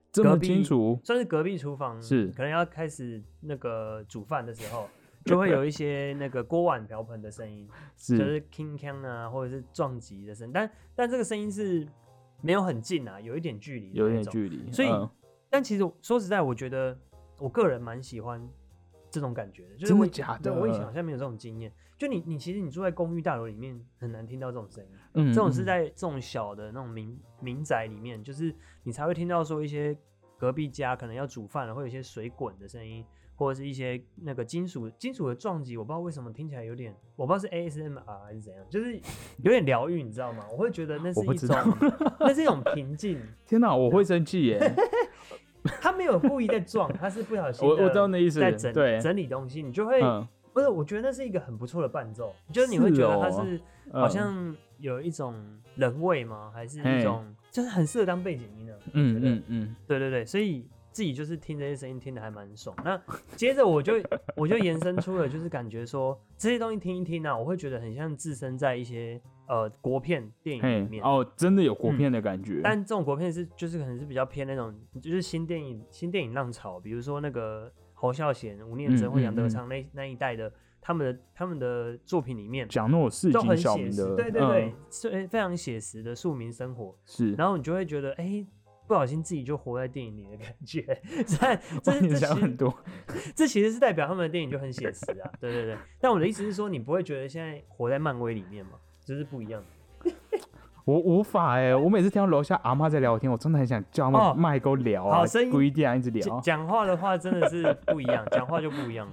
[SPEAKER 2] 这
[SPEAKER 1] 隔
[SPEAKER 2] 么
[SPEAKER 1] 壁
[SPEAKER 2] 清楚，
[SPEAKER 1] 算是隔壁厨房
[SPEAKER 2] 是
[SPEAKER 1] 可能要开始那个煮饭的时候，就会有一些那个锅碗瓢盆的声音，就是是 king k a n 啊，或者是撞击的声音，但但这个声音是没有很近啊，有一点距离，
[SPEAKER 2] 有点。距离，
[SPEAKER 1] 所以
[SPEAKER 2] 嗯
[SPEAKER 1] 但其实我说实在，我觉得我个人蛮喜欢这种感觉的，就是
[SPEAKER 2] 真
[SPEAKER 1] 我
[SPEAKER 2] 的
[SPEAKER 1] 以
[SPEAKER 2] 假
[SPEAKER 1] 对
[SPEAKER 2] 的
[SPEAKER 1] 我以前好像没有这种经验。就你你其实你住在公寓大楼里面，很难听到这种声音。
[SPEAKER 2] 嗯
[SPEAKER 1] 这种
[SPEAKER 2] 嗯
[SPEAKER 1] 是在这种小的那种民民宅里面，就是你才会听到说一些隔壁家可能要煮饭了，会有一些水滚的声音，或者是一些那个金属金属的撞击。我不知道为什么听起来有点，我不知道是 ASMR 还是怎样，就是有点疗愈，你知道吗？我会觉得那是
[SPEAKER 2] 我不
[SPEAKER 1] 一
[SPEAKER 2] 知
[SPEAKER 1] 种，那是一种平静。
[SPEAKER 2] 天哪，我会生气耶！
[SPEAKER 1] 他没有故意在撞，他是不小心
[SPEAKER 2] 我我
[SPEAKER 1] 地
[SPEAKER 2] 知道那意思
[SPEAKER 1] 在，整
[SPEAKER 2] 对，
[SPEAKER 1] 整理东西，你就会、
[SPEAKER 2] 嗯，
[SPEAKER 1] 不是？我觉得那是一个很不错的伴奏，就是你会
[SPEAKER 2] 是
[SPEAKER 1] 觉得它
[SPEAKER 2] 哦
[SPEAKER 1] 是。好
[SPEAKER 2] 嗯
[SPEAKER 1] 像有一种人味吗？还是
[SPEAKER 2] 嘿
[SPEAKER 1] 一种就是很适合当背景音的？
[SPEAKER 2] 嗯
[SPEAKER 1] 我觉得
[SPEAKER 2] 嗯嗯，
[SPEAKER 1] 对对对，所以自己就是听这些声音听的还蛮爽。那接着我就 我就延伸出了，就是感觉说这些东西听一听啊，我会觉得很像置身在一些呃国片电影里
[SPEAKER 2] 嘿
[SPEAKER 1] 面。嗯
[SPEAKER 2] 哦，真的有国片的感觉，
[SPEAKER 1] 但这种国片是就是可能是比较偏那种就是新电影新电影浪潮，比如说那个侯孝贤、吴念真
[SPEAKER 2] 嗯
[SPEAKER 1] 或杨德
[SPEAKER 2] 嗯
[SPEAKER 1] 昌那、那一代的他们的他们的作品里面
[SPEAKER 2] 讲那种市
[SPEAKER 1] 都
[SPEAKER 2] 井
[SPEAKER 1] 很
[SPEAKER 2] 小
[SPEAKER 1] 写
[SPEAKER 2] 民
[SPEAKER 1] 实，
[SPEAKER 2] 的，
[SPEAKER 1] 对对对
[SPEAKER 2] 嗯，，
[SPEAKER 1] 是、非常写实的庶民生活。
[SPEAKER 2] 是。
[SPEAKER 1] 然后你就会觉得，哎、不小心自己就活在电影里的感觉。 但这
[SPEAKER 2] 我也
[SPEAKER 1] 这
[SPEAKER 2] 想
[SPEAKER 1] 其
[SPEAKER 2] 很
[SPEAKER 1] 实
[SPEAKER 2] 多，
[SPEAKER 1] 这其实是代表他们的电影就很写实啊，对对对。但我的意思是说，你不会觉得现在活在漫威里面嘛？这是不一样的。
[SPEAKER 2] 我无法哎、我每次听到楼下阿妈在聊天，我真的很想叫
[SPEAKER 1] 哦
[SPEAKER 2] 他们麦给我聊啊，
[SPEAKER 1] 好声音
[SPEAKER 2] 故意这样一直聊嗯
[SPEAKER 1] 讲。讲话的话真的是不一样，讲话就不一样。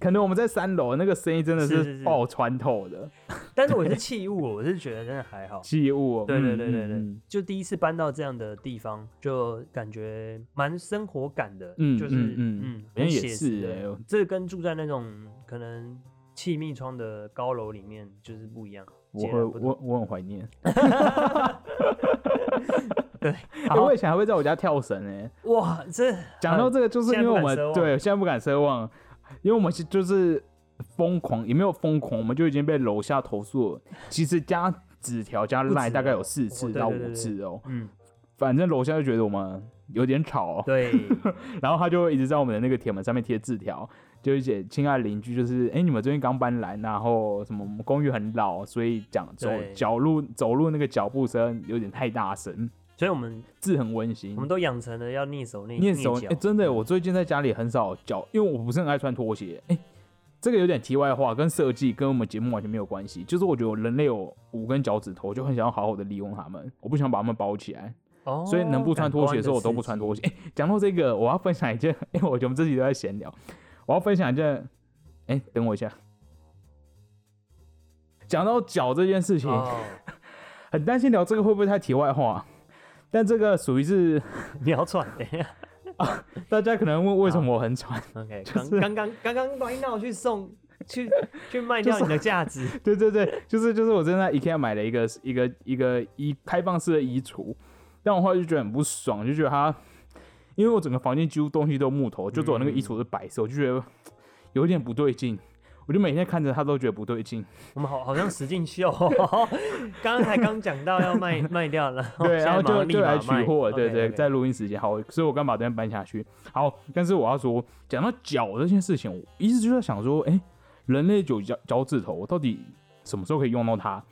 [SPEAKER 2] 可能我们在三楼，那个声音真的
[SPEAKER 1] 是是
[SPEAKER 2] 是
[SPEAKER 1] 是
[SPEAKER 2] 爆穿透的
[SPEAKER 1] 但是我是器物，我是觉得真的还好。
[SPEAKER 2] 器物哦。
[SPEAKER 1] 对对
[SPEAKER 2] 嗯
[SPEAKER 1] 对对对，
[SPEAKER 2] 嗯
[SPEAKER 1] 就第一次搬到这样的地方，就感觉蛮生活感的，
[SPEAKER 2] 嗯
[SPEAKER 1] 就是
[SPEAKER 2] 嗯嗯好
[SPEAKER 1] 很
[SPEAKER 2] 像也
[SPEAKER 1] 写
[SPEAKER 2] 是
[SPEAKER 1] 实的。
[SPEAKER 2] 欸
[SPEAKER 1] 这跟住在那种可能气密窗的高楼里面就是不一样。
[SPEAKER 2] 我
[SPEAKER 1] 截
[SPEAKER 2] 会
[SPEAKER 1] 然不同
[SPEAKER 2] 我我很 怀念， 欸
[SPEAKER 1] 好
[SPEAKER 2] 我以前还会在我家跳绳哎、
[SPEAKER 1] 哇，这
[SPEAKER 2] 讲到这个，就是因为我
[SPEAKER 1] 现
[SPEAKER 2] 们
[SPEAKER 1] 在不敢奢望
[SPEAKER 2] 对现在不敢奢望，因为我们是就是疯狂，也没有疯狂，我们就已经被楼下投诉了。其实加纸条加
[SPEAKER 1] 不止
[SPEAKER 2] 赖大概有
[SPEAKER 1] 哦
[SPEAKER 2] 四
[SPEAKER 1] 哦
[SPEAKER 2] 次
[SPEAKER 1] 对
[SPEAKER 2] 到
[SPEAKER 1] 对对
[SPEAKER 2] 五
[SPEAKER 1] 对
[SPEAKER 2] 次哦、
[SPEAKER 1] 嗯，
[SPEAKER 2] 反正楼下就觉得我们有点吵、哦，
[SPEAKER 1] 对，
[SPEAKER 2] 然后他就一直在我们的那个铁门上面贴字条，就是写亲爱的邻居，就是哎、诶你们最近刚搬来，然后什么我们公寓很老，所以讲走
[SPEAKER 1] 对
[SPEAKER 2] 脚路走路那个脚步声有点太大声，
[SPEAKER 1] 所以我们
[SPEAKER 2] 字很温馨
[SPEAKER 1] 我。们都哦养成了要蹑手蹑
[SPEAKER 2] 念手，哎、
[SPEAKER 1] 脚，
[SPEAKER 2] 真的，我最近在家里很少脚，因为我不是很爱穿拖鞋。哎、这个有点题外话，跟设计跟我们节目完全没有关系。就是我觉得我人类有五根脚趾头，就很想要好好的利用它们，我不想把它们包起来。
[SPEAKER 1] 哦
[SPEAKER 2] 所以能不穿拖鞋的时候，我都不穿。拖鞋。哎、讲到这个，我要分享一件，哎、我觉得我们自己都在闲聊，我要分享一件，哎、等我一下。讲到脚这件事情，
[SPEAKER 1] 感官的 刺激哦，
[SPEAKER 2] 很担心聊这个会不会太题外话，啊但这个属于是
[SPEAKER 1] 你要穿，等一下。
[SPEAKER 2] 大家可能问为什么我很喘，
[SPEAKER 1] OK，
[SPEAKER 2] 就
[SPEAKER 1] 刚
[SPEAKER 2] 是
[SPEAKER 1] 刚刚刚刚把你闹去送去去卖掉你的价值，
[SPEAKER 2] 对对对，就是就是我真的在 IKEA 买了一个一个一个衣开放式的衣橱，但我后来就觉得很不爽，就觉得它，因为我整个房间几乎东西都木头，就只有那个衣橱是白色，我就觉得有点不对劲。我就每天看着它都觉得不对劲，
[SPEAKER 1] 我们好好像实境秀哦， 刚刚才刚讲到要卖卖掉了，
[SPEAKER 2] 对，然后就就
[SPEAKER 1] 现在马
[SPEAKER 2] 来
[SPEAKER 1] 上立马卖
[SPEAKER 2] 取货，对对，
[SPEAKER 1] OK，OK
[SPEAKER 2] 在录音时间，好，所以我刚把这边搬下去。好，但是我要说，讲到脚这件事情，我一直就在想说，哎、人类有脚脚趾头，到底什么时候可以用到它？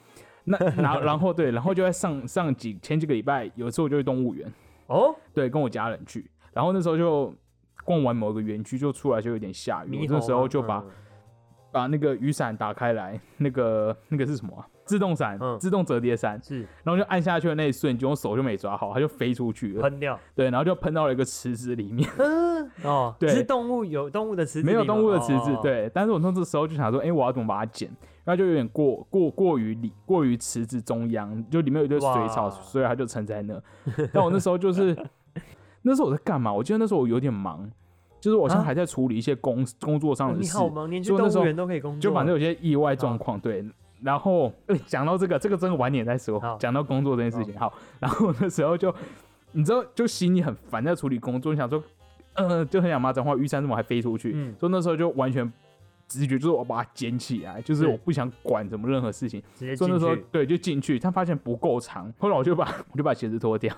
[SPEAKER 2] 那然然后对，然后就在上上几前几个礼拜，有一次我就去动物园，
[SPEAKER 1] 哦，
[SPEAKER 2] 对，跟我家人去，然后那时候就逛完某一个园区，就出来就有点下雨，
[SPEAKER 1] 猕
[SPEAKER 2] 哎我
[SPEAKER 1] 猴
[SPEAKER 2] 那时候
[SPEAKER 1] 吗嗯
[SPEAKER 2] 就把、把那个雨伞打开来，那个那个是什么啊、自动伞，
[SPEAKER 1] 嗯
[SPEAKER 2] 自动折叠伞，
[SPEAKER 1] 是
[SPEAKER 2] 然后就按下去的那一瞬间，我手就没抓好，它就飞出去了。
[SPEAKER 1] 喷掉，
[SPEAKER 2] 对，然后就喷到了一个池子里面，
[SPEAKER 1] 嗯，哦，
[SPEAKER 2] 对
[SPEAKER 1] 是动物有动物的池子里吗，
[SPEAKER 2] 没有动物的池子
[SPEAKER 1] 哦。，
[SPEAKER 2] 对，但是我那这时候就想说，哎、我要怎么把它捡？然后就有点过过过于里过于池子中央，就里面有一堆水草，
[SPEAKER 1] 哇
[SPEAKER 2] 所以它就沉 在那。但我那时候就是，那时候我在干嘛？我记得那时候我有点忙，就是我好像
[SPEAKER 1] 啊
[SPEAKER 2] 还在处理一些工、工作上
[SPEAKER 1] 哦
[SPEAKER 2] 的
[SPEAKER 1] 你
[SPEAKER 2] 事，
[SPEAKER 1] 好忙，连去
[SPEAKER 2] 就那
[SPEAKER 1] 动
[SPEAKER 2] 时候
[SPEAKER 1] 物园都可以工作，
[SPEAKER 2] 就反正有些意外状况。对，然后呃讲到这个，这个真的晚点再说
[SPEAKER 1] 好。
[SPEAKER 2] 讲到工作这件事情，好， 然后那时候就，你知道，就心里很烦，在处理工作，你想说，呃，就很想骂脏话，雨伞怎么还飞出去？
[SPEAKER 1] 嗯
[SPEAKER 2] 所以那时候就完全直觉就是我把它捡起来，就是
[SPEAKER 1] 是
[SPEAKER 2] 我不想管什么任何事情。
[SPEAKER 1] 直接
[SPEAKER 2] 所以那
[SPEAKER 1] 进
[SPEAKER 2] 时候
[SPEAKER 1] 去，
[SPEAKER 2] 对，就进去，但发现不够长，后来我就把 我就把鞋子脱掉，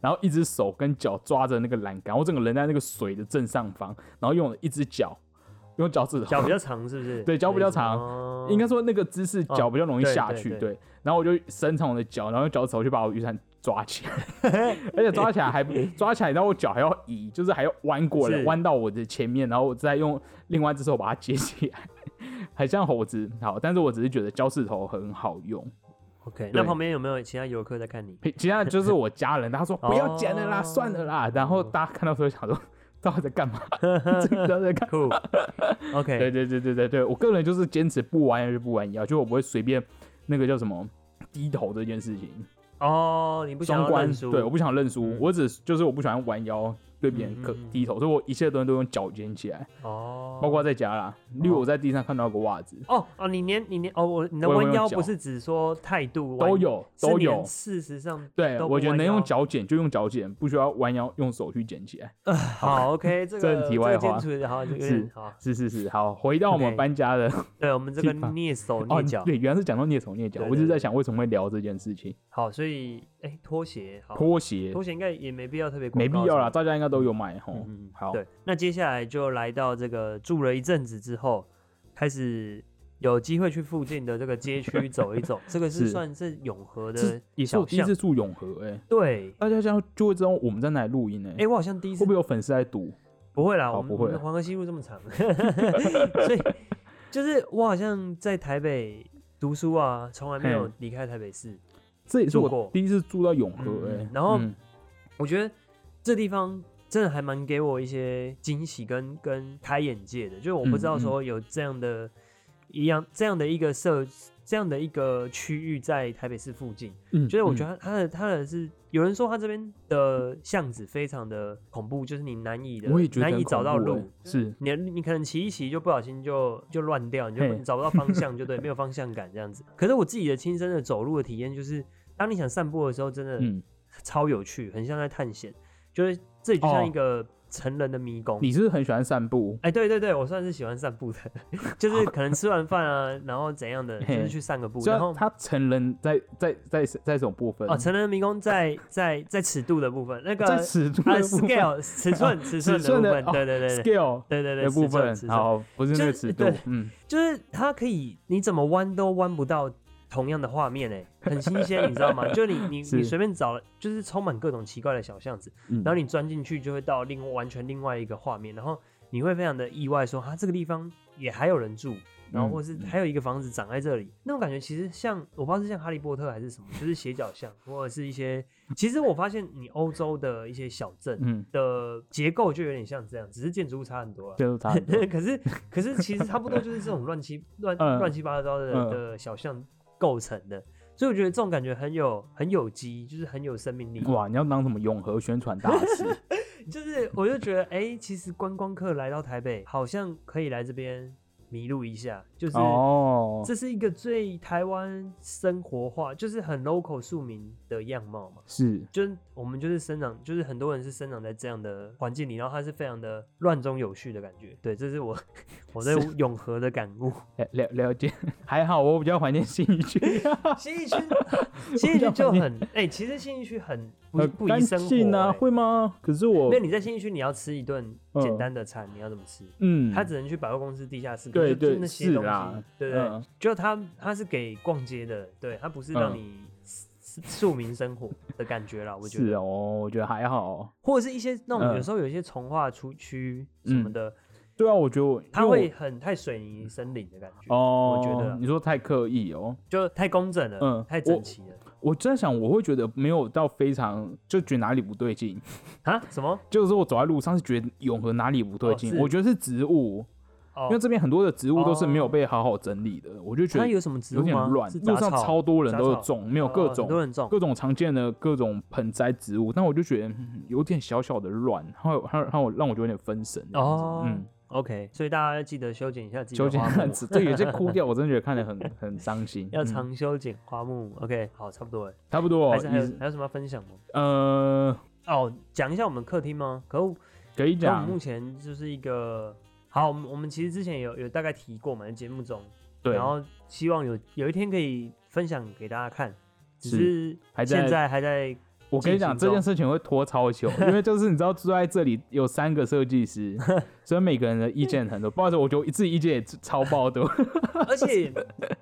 [SPEAKER 2] 然后一只手跟脚抓着那个栏杆，我整个人在那个水的正上方，然后用了一只脚，用脚趾头
[SPEAKER 1] 脚比较长是不是？哦
[SPEAKER 2] 对脚比较长
[SPEAKER 1] 长
[SPEAKER 2] 应该说那个姿势脚比较容易
[SPEAKER 1] 嗯哦对
[SPEAKER 2] 下
[SPEAKER 1] 对
[SPEAKER 2] 去，
[SPEAKER 1] 对
[SPEAKER 2] 对。然后我就伸长我的脚，然后用脚趾头去把我雨伞抓起来， 而且抓起来还不抓起来，然后我脚还要移，就是还要弯过来，
[SPEAKER 1] 是
[SPEAKER 2] 弯到我的前面，然后我再用另外一只手把它接起来， 很像猴子。好，但是我只是觉得脚趾头很好用。
[SPEAKER 1] OK。
[SPEAKER 2] 对
[SPEAKER 1] 那旁边有没有其他游客在看 你？
[SPEAKER 2] 其他就是我家 人，他说
[SPEAKER 1] 哦
[SPEAKER 2] 不要剪了啦，算了啦。然后大家看到时候想说，到底在干嘛？ 这个到底在干嘛？
[SPEAKER 1] 酷，OK，
[SPEAKER 2] 对对对对对对，我个人就是坚持不弯腰就不弯腰，就我不会随便那个叫什么低头这件事情。
[SPEAKER 1] 哦，你不想
[SPEAKER 2] 双
[SPEAKER 1] 要
[SPEAKER 2] 关
[SPEAKER 1] 认输？
[SPEAKER 2] 对，我不想认输，
[SPEAKER 1] 嗯
[SPEAKER 2] 我只就是我不喜欢弯腰对别人可
[SPEAKER 1] 嗯嗯嗯
[SPEAKER 2] 低头，所以我一切东西都用脚捡起来，
[SPEAKER 1] 哦，
[SPEAKER 2] 包括在家啦，例如我在地上看到个袜子，
[SPEAKER 1] 哦哦，你连你连哦，我你的
[SPEAKER 2] 我也会
[SPEAKER 1] 弯
[SPEAKER 2] 用
[SPEAKER 1] 腰
[SPEAKER 2] 脚
[SPEAKER 1] 不是只说态度
[SPEAKER 2] 都，有
[SPEAKER 1] 弯
[SPEAKER 2] 都
[SPEAKER 1] 是连
[SPEAKER 2] 有。
[SPEAKER 1] 事实 上
[SPEAKER 2] 对，
[SPEAKER 1] 都不
[SPEAKER 2] 我觉得
[SPEAKER 1] 弯
[SPEAKER 2] 能
[SPEAKER 1] 腰
[SPEAKER 2] 用脚捡就用脚捡，不需要弯腰用手去捡起来。
[SPEAKER 1] 好 OK，这个
[SPEAKER 2] 这很题外话
[SPEAKER 1] 这个建筑 好有
[SPEAKER 2] 是
[SPEAKER 1] 点好，
[SPEAKER 2] 是是是，好，回到我们
[SPEAKER 1] OK
[SPEAKER 2] 搬家的
[SPEAKER 1] 对我们这个
[SPEAKER 2] 地方
[SPEAKER 1] 蹑手
[SPEAKER 2] 哦
[SPEAKER 1] 蹑，脚，
[SPEAKER 2] 对，原来是讲到蹑手蹑脚，
[SPEAKER 1] 对
[SPEAKER 2] 我只是
[SPEAKER 1] 对
[SPEAKER 2] 在
[SPEAKER 1] 对
[SPEAKER 2] 想为什么会聊这件事情。
[SPEAKER 1] 好，所以哎，拖鞋好，
[SPEAKER 2] 拖鞋
[SPEAKER 1] 拖鞋应该也没必要特别广
[SPEAKER 2] 没必
[SPEAKER 1] 告
[SPEAKER 2] 要
[SPEAKER 1] 什么
[SPEAKER 2] 啦，
[SPEAKER 1] 的，
[SPEAKER 2] 大家应该都有买吼。
[SPEAKER 1] 嗯嗯，
[SPEAKER 2] 好，
[SPEAKER 1] 对，那接下来就来到这个住了一阵子之后，开始有机会去附近的这个街区走一走，这个是
[SPEAKER 2] 是
[SPEAKER 1] 算是永和
[SPEAKER 2] 这
[SPEAKER 1] 的
[SPEAKER 2] 也是
[SPEAKER 1] 小
[SPEAKER 2] 我第一
[SPEAKER 1] 巷
[SPEAKER 2] 次，住永和哎、
[SPEAKER 1] 对，
[SPEAKER 2] 大家这样就会知道我们在哪里录音哎、
[SPEAKER 1] 哎，我好像第一次
[SPEAKER 2] 会不会有粉丝在读？
[SPEAKER 1] 不会啦，
[SPEAKER 2] 哦
[SPEAKER 1] 我们
[SPEAKER 2] 不会
[SPEAKER 1] 我们
[SPEAKER 2] 啊
[SPEAKER 1] 黄河西路这么 长，所以就是我好像在台北读书啊，从来没有
[SPEAKER 2] 嘿
[SPEAKER 1] 离开台北市。
[SPEAKER 2] 这也是
[SPEAKER 1] 住过
[SPEAKER 2] 我第一次住到永和
[SPEAKER 1] 嗯
[SPEAKER 2] 哎、
[SPEAKER 1] 嗯然后
[SPEAKER 2] 嗯
[SPEAKER 1] 我觉得这地方真的还蛮给我一些惊喜跟跟开眼界的，就是我不知道
[SPEAKER 2] 嗯嗯
[SPEAKER 1] 说有这样的、一样这样的一个设这样的一个区域在台北市附近，
[SPEAKER 2] 嗯
[SPEAKER 1] 就是我觉
[SPEAKER 2] 得
[SPEAKER 1] 得它它的它的是有人说它这边的巷子非常的恐怖，就是你难以的
[SPEAKER 2] 我也觉得
[SPEAKER 1] 难
[SPEAKER 2] 很
[SPEAKER 1] 以找
[SPEAKER 2] 恐
[SPEAKER 1] 到
[SPEAKER 2] 怖
[SPEAKER 1] 路
[SPEAKER 2] 欸，是
[SPEAKER 1] 你你可能骑一骑就不小心就就乱掉，你就不
[SPEAKER 2] 嘿
[SPEAKER 1] 找不到方向， 就对，没有方向感这样子。可是我自己的亲身的走路的体验就是，当你想散步的时候，真的
[SPEAKER 2] 嗯，
[SPEAKER 1] 超有趣，很像在探险，就是这里就
[SPEAKER 2] 哦
[SPEAKER 1] 像一个成人的迷宫。
[SPEAKER 2] 你是不是很喜欢散步？
[SPEAKER 1] 哎，对对对，我算是喜欢散步的， 就是可能吃完饭啊，然后怎样的，就是
[SPEAKER 2] 嘿
[SPEAKER 1] 去散个步，
[SPEAKER 2] 虽
[SPEAKER 1] 然
[SPEAKER 2] 然
[SPEAKER 1] 后。
[SPEAKER 2] 他成人在在在在什么部分？
[SPEAKER 1] 哦，成人的迷宫在在在尺度的部分，那个
[SPEAKER 2] 在尺度
[SPEAKER 1] 啊
[SPEAKER 2] 的部分哦
[SPEAKER 1] scale 尺寸尺寸
[SPEAKER 2] 尺
[SPEAKER 1] 的部
[SPEAKER 2] 寸的
[SPEAKER 1] 分，对对对对
[SPEAKER 2] scale
[SPEAKER 1] 对对对
[SPEAKER 2] 的部分
[SPEAKER 1] 尺寸，尺寸
[SPEAKER 2] 好，不是那
[SPEAKER 1] 就是
[SPEAKER 2] 个尺度
[SPEAKER 1] 对，
[SPEAKER 2] 嗯，
[SPEAKER 1] 就是它可以，你怎么弯都弯不到同样的画面哎、很新鲜，你知道吗？就你你
[SPEAKER 2] 是
[SPEAKER 1] 你随便找，就是充满各种奇怪的小巷子，然
[SPEAKER 2] 然
[SPEAKER 1] 后你钻进去就会到另完全另外一个画面，然后你会非常的意外说，啊，这个地方也还有人住。然后，或是还有一个房子长在这里，那种感觉其实像我不知道是像哈利波特还是什么，就是斜角巷，或者是一些。其实我发现你欧洲的一些小镇
[SPEAKER 2] 嗯，
[SPEAKER 1] 的结构就有点像这样，只是建筑物差很多了。啊
[SPEAKER 2] 就是他
[SPEAKER 1] 可是可是其实差不多就是这种乱七乱
[SPEAKER 2] 嗯
[SPEAKER 1] 乱七八糟的、
[SPEAKER 2] 嗯
[SPEAKER 1] 的小巷构成的，所以我觉得这种感觉很有很有机，就是很有生命力。
[SPEAKER 2] 哇，你要当什么永和宣传大使？
[SPEAKER 1] 就是我就觉得，哎、其实观光客来到台北，好像可以来这边迷路一下，就是。
[SPEAKER 2] 哦，
[SPEAKER 1] 这是一个最台湾生活化，就是很 local 庶民的样貌嘛。
[SPEAKER 2] 是
[SPEAKER 1] 就是我们就是生长，就是很多人是生长在这样的环境里，然后它是非常的乱中有序的感觉。对，这是我 我对
[SPEAKER 2] 是
[SPEAKER 1] 永和的感悟。
[SPEAKER 2] 了了了解， 还好我比较怀念新一区，
[SPEAKER 1] 新义区， 新义区就很哎、其实新义区很不
[SPEAKER 2] 很
[SPEAKER 1] 不
[SPEAKER 2] 呃干
[SPEAKER 1] 宜生活、
[SPEAKER 2] 净啊，
[SPEAKER 1] 哎
[SPEAKER 2] 会吗？可是我
[SPEAKER 1] 没有你在新义区，你要吃一顿
[SPEAKER 2] 嗯
[SPEAKER 1] 简单的餐，你要怎么吃？
[SPEAKER 2] 嗯，
[SPEAKER 1] 他只能去百货公司地下室，就
[SPEAKER 2] 对
[SPEAKER 1] 就
[SPEAKER 2] 对
[SPEAKER 1] 那些东
[SPEAKER 2] 是啦
[SPEAKER 1] 西，对不对？
[SPEAKER 2] 嗯
[SPEAKER 1] 就他他是给逛街的，对他不是让
[SPEAKER 2] 嗯
[SPEAKER 1] 你庶民生活的感觉啦，我觉得
[SPEAKER 2] 是哦，我觉得还好。
[SPEAKER 1] 或者是一些那种
[SPEAKER 2] 嗯
[SPEAKER 1] 有时候有一些从化出区什么
[SPEAKER 2] 嗯
[SPEAKER 1] 的，
[SPEAKER 2] 对啊，我觉得我
[SPEAKER 1] 它
[SPEAKER 2] 因为
[SPEAKER 1] 会很太水泥森林的感觉，
[SPEAKER 2] 我哦，
[SPEAKER 1] 我觉得啊
[SPEAKER 2] 你说太刻意哦，
[SPEAKER 1] 就太工整了，
[SPEAKER 2] 嗯
[SPEAKER 1] 太
[SPEAKER 2] 我
[SPEAKER 1] 整齐了
[SPEAKER 2] 我在想我会觉得没有到非常就觉得哪里不对劲，
[SPEAKER 1] 啊？什么？
[SPEAKER 2] 就是说我走在路上是觉得永和哪里不对劲，
[SPEAKER 1] 哦是
[SPEAKER 2] 我觉得是植物，
[SPEAKER 1] 哦
[SPEAKER 2] 因为，这边很多的植物都是没有被好好整理的，我就觉
[SPEAKER 1] 它
[SPEAKER 2] 得
[SPEAKER 1] 有什么植
[SPEAKER 2] 有
[SPEAKER 1] 物
[SPEAKER 2] 点
[SPEAKER 1] 吗？
[SPEAKER 2] 乱，
[SPEAKER 1] 是杂
[SPEAKER 2] 路上
[SPEAKER 1] 草
[SPEAKER 2] 超多人
[SPEAKER 1] 杂
[SPEAKER 2] 都有
[SPEAKER 1] 草
[SPEAKER 2] 种，没有
[SPEAKER 1] 哦
[SPEAKER 2] 各
[SPEAKER 1] 很多
[SPEAKER 2] 种。
[SPEAKER 1] 人种，
[SPEAKER 2] 各种常见的各种盆栽植物，但我就觉得嗯有点小小的乱，还有还有让我让我觉得有点分神这样子
[SPEAKER 1] 哦
[SPEAKER 2] 嗯，
[SPEAKER 1] OK，所以大家要记得修剪一下自己
[SPEAKER 2] 修
[SPEAKER 1] 的
[SPEAKER 2] 剪
[SPEAKER 1] 花
[SPEAKER 2] 这样
[SPEAKER 1] 木，
[SPEAKER 2] 子，这有些哭掉，我真的觉得看得很很伤心。
[SPEAKER 1] 要
[SPEAKER 2] 嗯
[SPEAKER 1] 常修剪花木。OK，好，差不多了。
[SPEAKER 2] 差不多哦
[SPEAKER 1] 还是还有
[SPEAKER 2] 也是
[SPEAKER 1] 还有什么要分享吗？
[SPEAKER 2] 呃，
[SPEAKER 1] 哦，讲一下我们客厅吗？可我
[SPEAKER 2] 可
[SPEAKER 1] 可我
[SPEAKER 2] 以
[SPEAKER 1] 们
[SPEAKER 2] 讲
[SPEAKER 1] 目前就是一个好，我们我们其实之前有有大概提过嘛，在节目中，
[SPEAKER 2] 对，
[SPEAKER 1] 然后希望有有一天可以分享给大家看，只
[SPEAKER 2] 是
[SPEAKER 1] 是
[SPEAKER 2] 还在
[SPEAKER 1] 现在还 在
[SPEAKER 2] 我跟你
[SPEAKER 1] 进
[SPEAKER 2] 讲
[SPEAKER 1] 行
[SPEAKER 2] 这
[SPEAKER 1] 中
[SPEAKER 2] 件事情会拖超久，因为就是你知道住在这里有三个设 计师，所以每个人的意见很多。不好意思，我觉得我自己意见也超 爆多，
[SPEAKER 1] 而且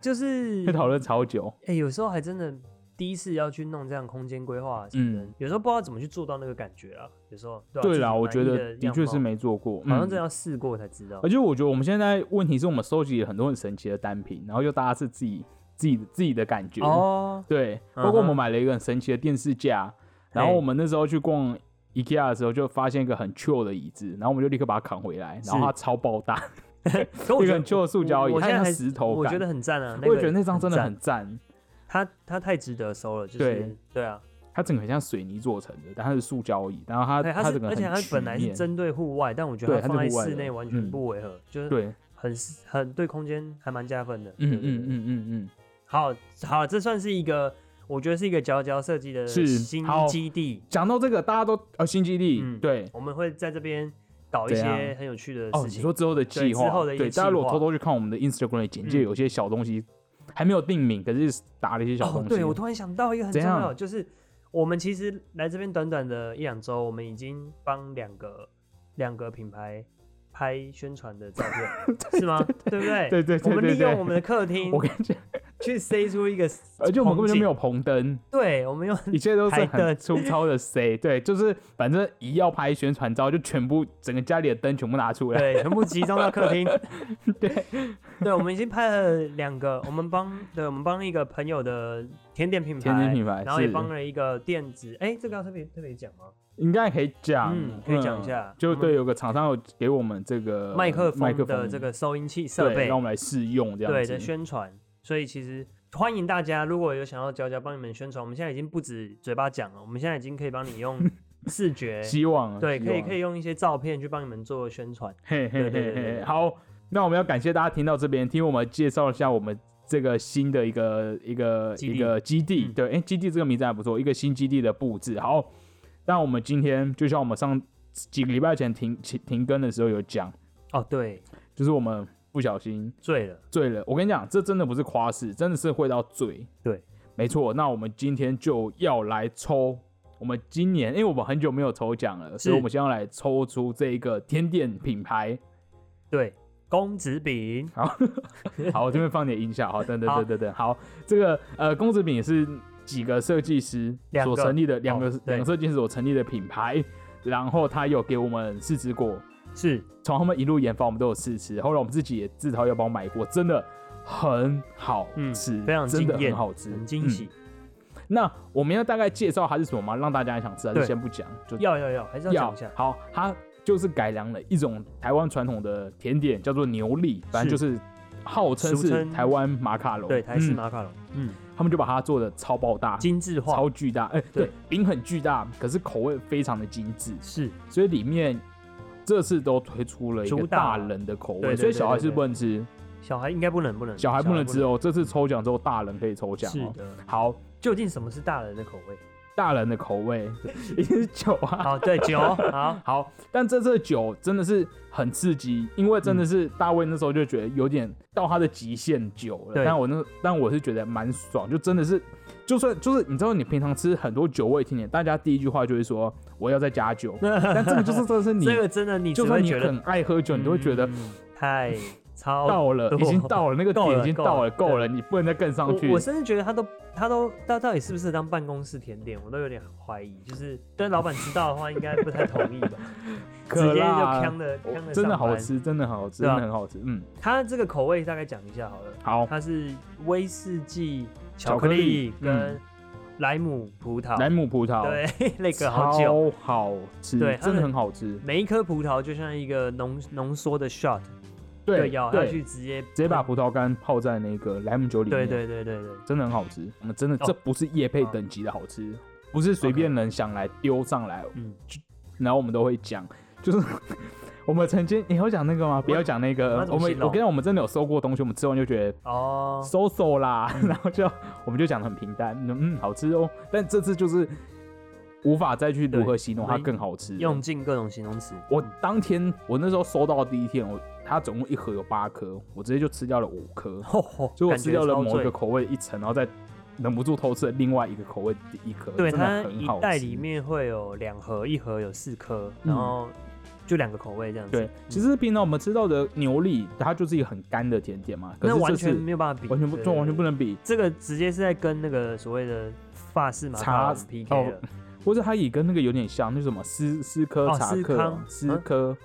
[SPEAKER 1] 就是
[SPEAKER 2] 会讨论超久。
[SPEAKER 1] 哎、有时候还真的第一次要去弄这样空间规划什么的，
[SPEAKER 2] 嗯
[SPEAKER 1] 有时候不知道怎么去做到那个感觉啊。有时候对啊
[SPEAKER 2] 对
[SPEAKER 1] 自己
[SPEAKER 2] 啦，我
[SPEAKER 1] 满
[SPEAKER 2] 觉
[SPEAKER 1] 意
[SPEAKER 2] 得的
[SPEAKER 1] 样
[SPEAKER 2] 确是
[SPEAKER 1] 貌，
[SPEAKER 2] 没做过，嗯
[SPEAKER 1] 好像真
[SPEAKER 2] 这
[SPEAKER 1] 的
[SPEAKER 2] 样。
[SPEAKER 1] 要试过才知道
[SPEAKER 2] 而。且我觉得我们现在问题是我们收集了很多很神奇的单品，然后就大家是自己自己自己的感觉。
[SPEAKER 1] 哦，
[SPEAKER 2] 对，包括我
[SPEAKER 1] 嗯哼
[SPEAKER 2] 们买了一个很神奇的电视架，然后
[SPEAKER 1] 嘿
[SPEAKER 2] 我们那时候去逛 IKEA 的时候，就发现一个很 chill 的椅子，然后我们就立刻把它扛回来，然后
[SPEAKER 1] 是
[SPEAKER 2] 它超爆大，
[SPEAKER 1] 可我觉
[SPEAKER 2] 一个
[SPEAKER 1] 得
[SPEAKER 2] 很旧的塑胶椅
[SPEAKER 1] 我我
[SPEAKER 2] 它
[SPEAKER 1] 现在
[SPEAKER 2] 很
[SPEAKER 1] 还
[SPEAKER 2] 石头
[SPEAKER 1] 我觉
[SPEAKER 2] 感
[SPEAKER 1] 得很赞啊。
[SPEAKER 2] 我也觉得那
[SPEAKER 1] 个
[SPEAKER 2] 张真的
[SPEAKER 1] 赞
[SPEAKER 2] 很赞。
[SPEAKER 1] 它它太值得收了，就是
[SPEAKER 2] 对
[SPEAKER 1] 对啊，
[SPEAKER 2] 它整个很像水泥做成的，但它是塑胶椅，然后它
[SPEAKER 1] 对，它
[SPEAKER 2] 它
[SPEAKER 1] 是
[SPEAKER 2] 整个
[SPEAKER 1] 而且它
[SPEAKER 2] 很曲
[SPEAKER 1] 本来是
[SPEAKER 2] 面
[SPEAKER 1] 针对户外，但我觉得
[SPEAKER 2] 对
[SPEAKER 1] 它
[SPEAKER 2] 它是
[SPEAKER 1] 放在
[SPEAKER 2] 户外
[SPEAKER 1] 室
[SPEAKER 2] 的
[SPEAKER 1] 内完全
[SPEAKER 2] 嗯
[SPEAKER 1] 不违和，就是
[SPEAKER 2] 对，
[SPEAKER 1] 很很对空间还蛮加分的。
[SPEAKER 2] 嗯
[SPEAKER 1] 对对
[SPEAKER 2] 嗯
[SPEAKER 1] 对
[SPEAKER 2] 嗯嗯嗯，
[SPEAKER 1] 好好，这算是一个，我觉得是一个佼佼设计的
[SPEAKER 2] 是
[SPEAKER 1] 新
[SPEAKER 2] 好
[SPEAKER 1] 基地。
[SPEAKER 2] 讲到这个，大家都呃新基地，
[SPEAKER 1] 嗯
[SPEAKER 2] 对。
[SPEAKER 1] 我们会在这边搞一
[SPEAKER 2] 怎样
[SPEAKER 1] 些很有趣的
[SPEAKER 2] 哦，
[SPEAKER 1] 事
[SPEAKER 2] 你
[SPEAKER 1] 情。
[SPEAKER 2] 说之后的计
[SPEAKER 1] 之
[SPEAKER 2] 划
[SPEAKER 1] 后的，一个
[SPEAKER 2] 对，大家如
[SPEAKER 1] 计
[SPEAKER 2] 果
[SPEAKER 1] 划
[SPEAKER 2] 偷偷去看我们的 Instagram 的简介，
[SPEAKER 1] 嗯
[SPEAKER 2] 有些小东西还没有定名，可是打了一些小东
[SPEAKER 1] 哦
[SPEAKER 2] 西。，
[SPEAKER 1] 对，我突然想到一个很重
[SPEAKER 2] 怎
[SPEAKER 1] 要，
[SPEAKER 2] 样
[SPEAKER 1] 就是我们其实来这边短短的一两周，我们已经帮两个两个品牌拍宣传的照 片，是吗？对不对？
[SPEAKER 2] 对对
[SPEAKER 1] 我
[SPEAKER 2] 对
[SPEAKER 1] 们
[SPEAKER 2] 对
[SPEAKER 1] 利用我
[SPEAKER 2] 对，
[SPEAKER 1] 们的客厅
[SPEAKER 2] 我跟你讲，
[SPEAKER 1] 去塞出一个，
[SPEAKER 2] 而且我们根本就没有，红灯，
[SPEAKER 1] 对我们用
[SPEAKER 2] 一切都是
[SPEAKER 1] 台灯
[SPEAKER 2] 很粗糙的 C，对，就是反正一要拍宣传照，就全部整个家里的灯全部拿出 来，
[SPEAKER 1] 对全部集中到客厅，
[SPEAKER 2] 对，
[SPEAKER 1] 对，我们已经拍了两个，我们帮对，我们帮一个朋友的甜点品牌，
[SPEAKER 2] 甜点品牌
[SPEAKER 1] 然后也帮
[SPEAKER 2] 是
[SPEAKER 1] 了一个电子，哎，这个要特别特别讲吗？
[SPEAKER 2] 应该可以讲，
[SPEAKER 1] 嗯，可以讲一下，
[SPEAKER 2] 就
[SPEAKER 1] 我们
[SPEAKER 2] 对，有个厂商有给我们这个
[SPEAKER 1] 麦克风
[SPEAKER 2] 麦克
[SPEAKER 1] 的
[SPEAKER 2] 风
[SPEAKER 1] 这个收音器设
[SPEAKER 2] 对
[SPEAKER 1] 备
[SPEAKER 2] 让，我们来试用这样
[SPEAKER 1] 对
[SPEAKER 2] 子
[SPEAKER 1] 的宣传，所以其实欢迎大家，如果有想要佼佼帮你们宣传，我们现在已经不止嘴巴讲了，我们现在已经可以帮你用 视觉，
[SPEAKER 2] 希望啊
[SPEAKER 1] 对，可以可以
[SPEAKER 2] 以，
[SPEAKER 1] 用一些照片去帮你们做宣传。
[SPEAKER 2] 嘿
[SPEAKER 1] 对对
[SPEAKER 2] 嘿嘿
[SPEAKER 1] 对对
[SPEAKER 2] 嘿，
[SPEAKER 1] 对
[SPEAKER 2] 好，那我们要感谢大家听到这边，听我们介绍一下我们这个新的一个一个
[SPEAKER 1] 基地
[SPEAKER 2] 一个基地，
[SPEAKER 1] 嗯
[SPEAKER 2] 对，哎、基地这个名字还不错，一个新基地的布置。好，那我们今天就像我们上几个礼拜前停停停更的时候有讲，
[SPEAKER 1] 哦，对，
[SPEAKER 2] 就是我们不小心
[SPEAKER 1] 醉了，
[SPEAKER 2] 醉了。我跟你讲，这真的不是夸饰，真的是会到醉。
[SPEAKER 1] 对，
[SPEAKER 2] 没错。那我们今天就要来抽，我们今年因为我们很久没有抽奖了，所以我们先要来抽出这一个甜点品牌。
[SPEAKER 1] 对，公子饼，
[SPEAKER 2] 好，我这边放点音效。好，等等
[SPEAKER 1] 好
[SPEAKER 2] 等等等。好，这个呃，公子饼也是几个设计师
[SPEAKER 1] 两个
[SPEAKER 2] 所成立的两个
[SPEAKER 1] 哦对
[SPEAKER 2] 两个设计师所成立的品牌，然后他有给我们试吃过，
[SPEAKER 1] 是
[SPEAKER 2] 从他们一路研发，我们都有试吃。后来我们自己也自掏腰包买过，真的很好
[SPEAKER 1] 嗯
[SPEAKER 2] 吃，
[SPEAKER 1] 非常
[SPEAKER 2] 真的
[SPEAKER 1] 惊艳
[SPEAKER 2] 很好吃，
[SPEAKER 1] 很惊
[SPEAKER 2] 嗯
[SPEAKER 1] 喜，
[SPEAKER 2] 那我们要大概介绍它是什么吗？让大家想吃，还
[SPEAKER 1] 对
[SPEAKER 2] 是先不讲？就
[SPEAKER 1] 要要要，还是要讲一下，
[SPEAKER 2] 好，它就是改良了一种台湾传统的甜点，叫做牛粒，反正就是号称
[SPEAKER 1] 俗
[SPEAKER 2] 是
[SPEAKER 1] 称
[SPEAKER 2] 台湾马卡龙。
[SPEAKER 1] 对，台式
[SPEAKER 2] 嗯
[SPEAKER 1] 马卡龙，嗯，
[SPEAKER 2] 他们就把它做的超爆大、
[SPEAKER 1] 精致化
[SPEAKER 2] 超巨大，哎、
[SPEAKER 1] 对
[SPEAKER 2] 对，饼很巨大，可是口味非常的精致，
[SPEAKER 1] 是
[SPEAKER 2] 所以里面这次都推出了一
[SPEAKER 1] 主
[SPEAKER 2] 个
[SPEAKER 1] 打
[SPEAKER 2] 大人的口味，
[SPEAKER 1] 对对
[SPEAKER 2] 所以
[SPEAKER 1] 对
[SPEAKER 2] 小孩
[SPEAKER 1] 对
[SPEAKER 2] 是
[SPEAKER 1] 对
[SPEAKER 2] 不能吃，
[SPEAKER 1] 小孩应该不能不能，
[SPEAKER 2] 小孩不能吃
[SPEAKER 1] 哦，
[SPEAKER 2] 哦。这次抽奖之后，大人可以抽奖
[SPEAKER 1] 是
[SPEAKER 2] 哦。
[SPEAKER 1] 的。
[SPEAKER 2] 好，
[SPEAKER 1] 究竟什么是大人的口味？
[SPEAKER 2] 大人的口 味一定是酒啊。
[SPEAKER 1] 好，对 酒，好，
[SPEAKER 2] 好，但这次的酒真的是很刺激，因为
[SPEAKER 1] 嗯
[SPEAKER 2] 真的是大卫那时候就觉得有点到他的极限酒了。
[SPEAKER 1] 对
[SPEAKER 2] 但我那但我是觉得蛮爽，就真的是，就算就是你知道你平常吃很多酒味甜点，大家第一句话就会说我要再加酒，但这个就是真的是 你，
[SPEAKER 1] 这个真的你只
[SPEAKER 2] 就算
[SPEAKER 1] 会
[SPEAKER 2] 你
[SPEAKER 1] 觉得
[SPEAKER 2] 很爱喝酒，你都会觉得
[SPEAKER 1] 嗯太超
[SPEAKER 2] 到了，已经到了那个
[SPEAKER 1] 够了
[SPEAKER 2] 点，已经到了，
[SPEAKER 1] 够了
[SPEAKER 2] 够了，你不能再更上
[SPEAKER 1] 我
[SPEAKER 2] 去
[SPEAKER 1] 我。甚至觉得他都他都他到底是不是当办公室甜点，我都有点怀疑。就是但老板知道的话，应该不太同意吧？直
[SPEAKER 2] 可
[SPEAKER 1] 接就
[SPEAKER 2] 辣
[SPEAKER 1] 呛的呛的
[SPEAKER 2] 啊真的好。吃，真的很好吃，
[SPEAKER 1] 对
[SPEAKER 2] 真
[SPEAKER 1] 啊
[SPEAKER 2] 的很好吃。嗯，
[SPEAKER 1] 它这个口味大概讲一下好了，
[SPEAKER 2] 好，
[SPEAKER 1] 它是威士忌巧
[SPEAKER 2] 巧
[SPEAKER 1] 克
[SPEAKER 2] 克
[SPEAKER 1] 力
[SPEAKER 2] 力嗯
[SPEAKER 1] 跟莱姆葡萄，
[SPEAKER 2] 莱姆葡萄，
[SPEAKER 1] 对 那个好久。
[SPEAKER 2] 超好吃，
[SPEAKER 1] 对它
[SPEAKER 2] 真
[SPEAKER 1] 的
[SPEAKER 2] 的很好吃。
[SPEAKER 1] 每一颗葡萄就像一个浓浓缩的 shot，就
[SPEAKER 2] 对，
[SPEAKER 1] 咬下
[SPEAKER 2] 对
[SPEAKER 1] 去直接
[SPEAKER 2] 直接把
[SPEAKER 1] 喷
[SPEAKER 2] 葡萄干泡在那个莱姆酒里
[SPEAKER 1] 对
[SPEAKER 2] 面，，
[SPEAKER 1] 对对对对，
[SPEAKER 2] 真的很好吃。我们真的，
[SPEAKER 1] 哦
[SPEAKER 2] 这不是叶配等级的好吃，不是随便人想来丢上来，
[SPEAKER 1] 嗯，
[SPEAKER 2] 然后我们都会讲，就是 我们曾经你要讲那个吗？不要讲那
[SPEAKER 1] 我要
[SPEAKER 2] 个，
[SPEAKER 1] 怎么
[SPEAKER 2] 我们
[SPEAKER 1] 形容
[SPEAKER 2] 我跟你讲，我们真的有收过东西，我们吃完就觉得。
[SPEAKER 1] 哦，
[SPEAKER 2] 收手啦， 然后就我们就讲的很平淡，嗯，好吃哦。但这次就是无法再去如何形容它
[SPEAKER 1] 我们
[SPEAKER 2] 更好吃了。
[SPEAKER 1] 用尽各种形容词。
[SPEAKER 2] 我当天我那时候收到的第一天，我它总共一盒有八颗，我直接就吃掉了五颗。
[SPEAKER 1] 吼吼
[SPEAKER 2] 所以我
[SPEAKER 1] 哦感
[SPEAKER 2] 吃
[SPEAKER 1] 觉
[SPEAKER 2] 掉了
[SPEAKER 1] 超
[SPEAKER 2] 某一
[SPEAKER 1] 醉
[SPEAKER 2] 个口味一层，然后再忍不住偷吃了另外一个口味的一颗，
[SPEAKER 1] 对，
[SPEAKER 2] 真
[SPEAKER 1] 它
[SPEAKER 2] 的很
[SPEAKER 1] 一
[SPEAKER 2] 好吃。
[SPEAKER 1] 袋里面会有两盒，一盒有四颗，
[SPEAKER 2] 嗯
[SPEAKER 1] 然后就两个口味这样子。
[SPEAKER 2] 对，其实平常我们吃到的牛粒，它就是一个很干的甜点嘛，可
[SPEAKER 1] 那
[SPEAKER 2] 是
[SPEAKER 1] 完
[SPEAKER 2] 这
[SPEAKER 1] 全
[SPEAKER 2] 是
[SPEAKER 1] 没有办法比，
[SPEAKER 2] 完全不，
[SPEAKER 1] 对
[SPEAKER 2] 这完全不。
[SPEAKER 1] 对对
[SPEAKER 2] 能比，
[SPEAKER 1] 这个直接是在跟那个所谓的法式马卡
[SPEAKER 2] 茶哦
[SPEAKER 1] 龙 PK 了，
[SPEAKER 2] 或者它也跟那个有点像，那什么斯斯科
[SPEAKER 1] 哦
[SPEAKER 2] 茶
[SPEAKER 1] 司
[SPEAKER 2] 克
[SPEAKER 1] 康
[SPEAKER 2] 斯
[SPEAKER 1] 嗯
[SPEAKER 2] 科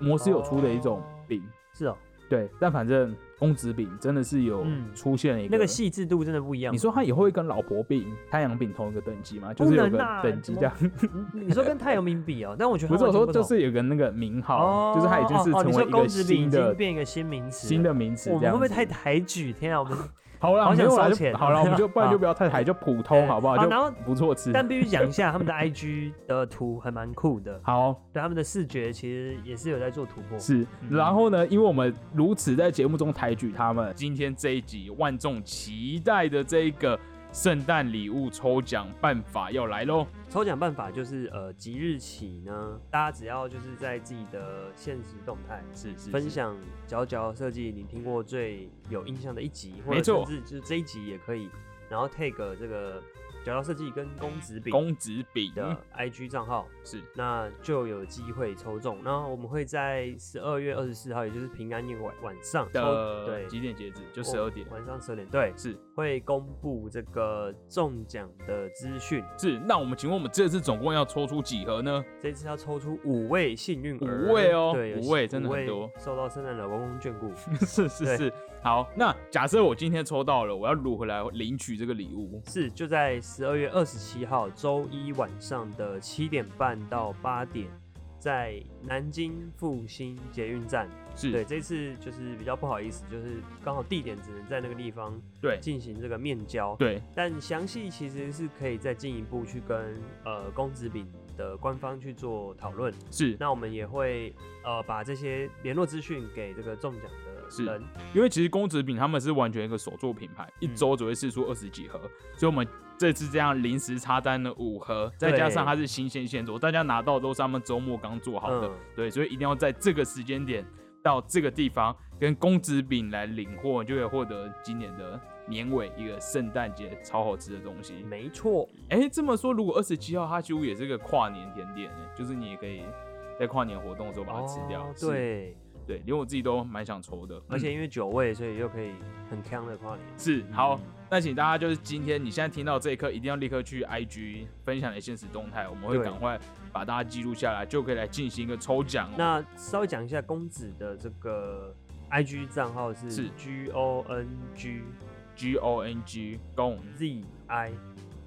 [SPEAKER 2] 摩斯有出的一种
[SPEAKER 1] 哦
[SPEAKER 2] 饼，
[SPEAKER 1] 是哦，
[SPEAKER 2] 对，但反正公子饼真的是有
[SPEAKER 1] 嗯
[SPEAKER 2] 出现了一个
[SPEAKER 1] 那个细致度真的不一样。
[SPEAKER 2] 你说它以后会跟老婆饼、太阳饼同一个等级吗？就
[SPEAKER 1] 不
[SPEAKER 2] 是有
[SPEAKER 1] 能
[SPEAKER 2] 个
[SPEAKER 1] 啊
[SPEAKER 2] 等级
[SPEAKER 1] 怎
[SPEAKER 2] 这样，
[SPEAKER 1] 嗯，你说跟太阳饼比哦，但我觉得
[SPEAKER 2] 不是
[SPEAKER 1] 它
[SPEAKER 2] 我
[SPEAKER 1] 完全
[SPEAKER 2] 说
[SPEAKER 1] 不
[SPEAKER 2] 就
[SPEAKER 1] 同
[SPEAKER 2] 是有个那个名
[SPEAKER 1] 哦
[SPEAKER 2] 号，，就是它已经是
[SPEAKER 1] 哦哦
[SPEAKER 2] 成
[SPEAKER 1] 你说
[SPEAKER 2] 为一
[SPEAKER 1] 公
[SPEAKER 2] 个
[SPEAKER 1] 子饼已
[SPEAKER 2] 新
[SPEAKER 1] 经
[SPEAKER 2] 的
[SPEAKER 1] 变一个新名词了，
[SPEAKER 2] 新的名词
[SPEAKER 1] 我
[SPEAKER 2] 这
[SPEAKER 1] 们会
[SPEAKER 2] 样
[SPEAKER 1] 不
[SPEAKER 2] 子。
[SPEAKER 1] 会太抬举？天啊，我们
[SPEAKER 2] 好啦，
[SPEAKER 1] 好想
[SPEAKER 2] 没有啦
[SPEAKER 1] 烧
[SPEAKER 2] 就
[SPEAKER 1] 钱
[SPEAKER 2] 好了，我 们就不然就不要太海，就普通
[SPEAKER 1] 对
[SPEAKER 2] 好不好？
[SPEAKER 1] 好
[SPEAKER 2] 就
[SPEAKER 1] 然后
[SPEAKER 2] 不错吃。
[SPEAKER 1] 但必须讲一下，他们的 IG 的图还蛮酷的，
[SPEAKER 2] 好
[SPEAKER 1] 对他们的视觉其实也是有在做突破。
[SPEAKER 2] 是，
[SPEAKER 3] 嗯
[SPEAKER 2] 然后呢？因为我们如此在节目中抬举他们，今天这一集万众期待的这一个圣诞礼物抽奖办法要来喽！
[SPEAKER 1] 抽奖办法就是呃，即日起呢，大家只要就是在自己的现实动态
[SPEAKER 2] 是是
[SPEAKER 1] 分，享佼佼设计你听过最有印象的一集，或
[SPEAKER 2] 没
[SPEAKER 1] 者
[SPEAKER 2] 错
[SPEAKER 1] 甚至就是这一集也可以，然后 tag 这个佼佼设计跟公子
[SPEAKER 2] 是
[SPEAKER 1] 饼
[SPEAKER 2] 公子饼
[SPEAKER 1] 的 IG 账号，
[SPEAKER 2] 嗯是
[SPEAKER 1] 那就有机会抽中。那我们会在十二月二十四号，也就是平安夜晚晚上抽，
[SPEAKER 2] 的
[SPEAKER 1] 对，哦
[SPEAKER 2] 几点截止？就十二点。
[SPEAKER 1] 晚上十二点，对，
[SPEAKER 2] 是
[SPEAKER 1] 会公布这个中奖的资讯。
[SPEAKER 2] 是，那我们请问我们这次总共要抽出几盒呢？
[SPEAKER 1] 这次要抽出五位幸运儿，
[SPEAKER 2] 五位哦
[SPEAKER 1] 对，有
[SPEAKER 2] 五位真的很多
[SPEAKER 1] 五位受到圣诞老公公眷顾。
[SPEAKER 2] 是是
[SPEAKER 1] 对
[SPEAKER 2] 是，好，那假设我今天抽到了，我要如何来领取这个礼物？
[SPEAKER 1] 是就在十二月二十七号周一晚上的七点半到八点，在南京复兴捷运站。
[SPEAKER 2] 是
[SPEAKER 1] 对，这次就是比较不好意思，就是刚好地点只能在那个地方
[SPEAKER 2] 对
[SPEAKER 1] 进行这个面交。
[SPEAKER 2] 对
[SPEAKER 1] 但详细其实是可以再进一步去跟呃公子饼的官方去做讨论。
[SPEAKER 2] 是，
[SPEAKER 1] 那我们也会呃把这些联络资讯给这个中奖
[SPEAKER 2] 是
[SPEAKER 1] 的人。
[SPEAKER 2] 因为其实公子饼他们是完全一个手作品牌，一周只会试出二十几盒，所以我们这次这样临时插单了五盒，再
[SPEAKER 1] 对
[SPEAKER 2] 加上它是新鲜现做，大家拿到都是他们周末刚做好的，
[SPEAKER 1] 嗯
[SPEAKER 2] 对，所以一定要在这个时间点到这个地方跟公子饼来领货，就会获得今年的年尾一个圣诞节超好吃的东西。
[SPEAKER 1] 嗯没错，
[SPEAKER 2] 哎、这么说，如果二十七号它几乎也是个跨年甜点、欸，就是你也可以在跨年活动的时候把它吃掉。
[SPEAKER 1] 哦
[SPEAKER 2] 是嗯
[SPEAKER 1] 对，嗯
[SPEAKER 2] 对，连我自己都蛮想抽的，
[SPEAKER 1] 而且因为九位，所以又可以很强的跨年。
[SPEAKER 2] 是好，
[SPEAKER 1] 嗯
[SPEAKER 2] 那请大家就是今天你现在听到这一刻，一定要立刻去 IG 分享你的现实动态，我们会
[SPEAKER 1] 对
[SPEAKER 2] 赶快把大家记录下来，就可以来进行一个抽奖、哦。
[SPEAKER 1] 那稍微讲一下公子的这个 IG 账号
[SPEAKER 2] 是
[SPEAKER 1] 是 G O N G
[SPEAKER 2] G O N G GON
[SPEAKER 1] Z I，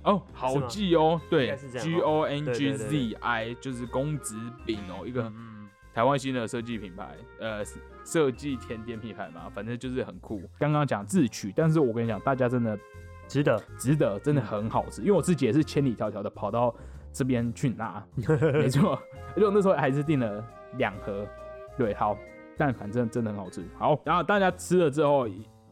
[SPEAKER 2] 哦，好
[SPEAKER 1] 是吗
[SPEAKER 2] 记哦，
[SPEAKER 1] 应
[SPEAKER 2] 对
[SPEAKER 1] 该是这样
[SPEAKER 2] ，G
[SPEAKER 1] 哦
[SPEAKER 2] O N
[SPEAKER 1] 对
[SPEAKER 2] G
[SPEAKER 1] 对
[SPEAKER 2] Z
[SPEAKER 1] 对
[SPEAKER 2] I 就是公子饼哦，一个
[SPEAKER 3] 嗯，
[SPEAKER 2] 台湾新的设计品牌，呃，设计甜点品牌嘛，反正就是很酷。刚刚讲自取，但是我跟你讲，大家真的
[SPEAKER 1] 值得。
[SPEAKER 2] 值得，真的很好吃，因为我自己也是千里迢迢的跑到这边 去拿，没错，而且我那时候还是订了两盒，对，好，但反正真的很好吃。好，然后大家吃了之后。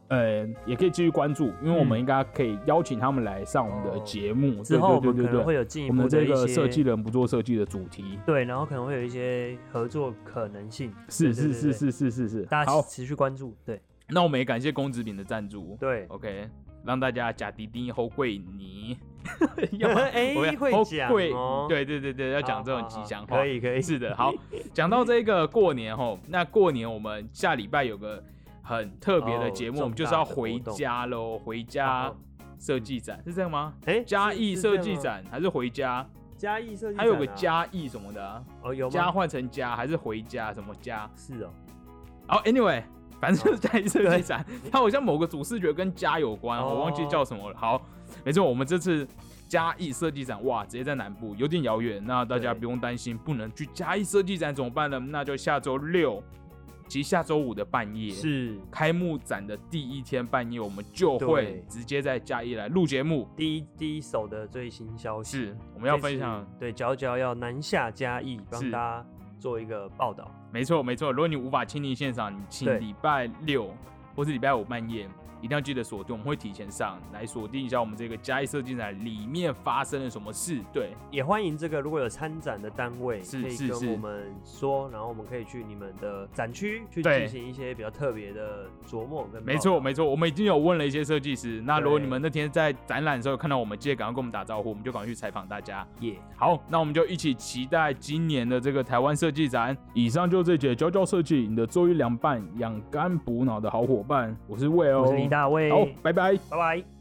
[SPEAKER 2] 呃，也可以继续关注，因为我们
[SPEAKER 1] 嗯
[SPEAKER 2] 应该可以邀请他们来上我们的节目。对
[SPEAKER 1] 哦之后我
[SPEAKER 2] 对
[SPEAKER 1] 们
[SPEAKER 2] 对
[SPEAKER 1] 可
[SPEAKER 2] 对对
[SPEAKER 1] 能会有进一
[SPEAKER 2] 我
[SPEAKER 1] 步
[SPEAKER 2] 们
[SPEAKER 1] 的
[SPEAKER 2] 这
[SPEAKER 1] 一
[SPEAKER 2] 个
[SPEAKER 1] 些
[SPEAKER 2] 设计人不做设计的主题，
[SPEAKER 1] 对，然后可能会有一些合作可能性。对
[SPEAKER 2] 是是
[SPEAKER 1] 对
[SPEAKER 2] 是
[SPEAKER 1] 对
[SPEAKER 2] 是是是是。
[SPEAKER 1] 大家
[SPEAKER 2] 好，
[SPEAKER 1] 持续关注。对
[SPEAKER 2] 那我们也感谢公子饼的赞助。
[SPEAKER 1] 对，
[SPEAKER 2] OK，让大家假迪丁侯贵尼，
[SPEAKER 1] 哎
[SPEAKER 2] 我要
[SPEAKER 1] 会
[SPEAKER 2] 侯
[SPEAKER 1] 讲
[SPEAKER 2] 贵
[SPEAKER 1] 哦
[SPEAKER 2] 对对对对，要讲
[SPEAKER 1] 好
[SPEAKER 2] 这种
[SPEAKER 1] 好
[SPEAKER 2] 吉
[SPEAKER 1] 好
[SPEAKER 2] 祥话。
[SPEAKER 1] 可以可以。
[SPEAKER 2] 是的，好，讲到这个过年吼，那过年我们下礼拜有个很特别的
[SPEAKER 1] 哦
[SPEAKER 2] 节目，
[SPEAKER 1] 重
[SPEAKER 2] 我们就是
[SPEAKER 1] 大
[SPEAKER 2] 要
[SPEAKER 1] 的
[SPEAKER 2] 回
[SPEAKER 1] 活动
[SPEAKER 2] 家喽，回家
[SPEAKER 1] 好
[SPEAKER 2] 设计展是这样吗？
[SPEAKER 1] 哎，
[SPEAKER 2] 啊嘉
[SPEAKER 1] 是
[SPEAKER 2] 义
[SPEAKER 1] 是
[SPEAKER 2] 设
[SPEAKER 1] 这
[SPEAKER 2] 计
[SPEAKER 1] 样吗
[SPEAKER 2] 展还是回家？
[SPEAKER 1] 嘉义设计展啊，
[SPEAKER 2] 还有个嘉义什么的啊，
[SPEAKER 1] 哦，有
[SPEAKER 2] 家
[SPEAKER 1] 吗？
[SPEAKER 2] 换成家还是回家什么家？
[SPEAKER 1] 是哦，
[SPEAKER 2] 好、a n y w a y 反正就是在一设
[SPEAKER 1] 对
[SPEAKER 2] 计展，它好像某个主视觉跟家有关，我忘记
[SPEAKER 1] 哦
[SPEAKER 2] 叫什么了。好，没错，我们这次嘉义设计展，哇，直接在南部，有点遥远，那大家
[SPEAKER 1] 对
[SPEAKER 2] 不用担心不能去嘉义设计展怎么办呢？那就下周六，其实下周五的半夜
[SPEAKER 1] 是
[SPEAKER 2] 开幕展的第一天半夜，我们就会
[SPEAKER 1] 对
[SPEAKER 2] 直接在嘉义来录节目，
[SPEAKER 1] 第一第一手的最新消息。
[SPEAKER 2] 是我们要
[SPEAKER 1] 这次
[SPEAKER 2] 分享。
[SPEAKER 1] 对佼佼要南下嘉义，帮
[SPEAKER 2] 是
[SPEAKER 1] 大家做一个报道。
[SPEAKER 2] 没错没错，如果你无法亲临现场，你请
[SPEAKER 1] 对
[SPEAKER 2] 礼拜六或是礼拜五半夜，一定要记得锁定，我们会提前上来锁定一下我们这个嘉义设计展里面发生了什么事。对，
[SPEAKER 1] 也欢迎这个如果有参展的单位，
[SPEAKER 2] 是
[SPEAKER 1] 可以
[SPEAKER 2] 是是
[SPEAKER 1] 跟我们说，然后我们可以去你们的展区去
[SPEAKER 2] 对
[SPEAKER 1] 进行一些比较特别的琢磨跟报道。
[SPEAKER 2] 没错没错，我们已经有问了一些设计师。那如果你们
[SPEAKER 1] 对
[SPEAKER 2] 那天在展览的时候看到我们，记得赶快跟我们打招呼，我们就赶快去采访大家。
[SPEAKER 1] 耶，
[SPEAKER 2] 好，那我们就一起期待今年的这个台湾设计展。以上就这节教教设计，你的周一凉拌养肝补脑的好伙伴，我是魏哦，
[SPEAKER 1] 我是李大卫，
[SPEAKER 2] 好，拜拜。
[SPEAKER 1] 拜拜。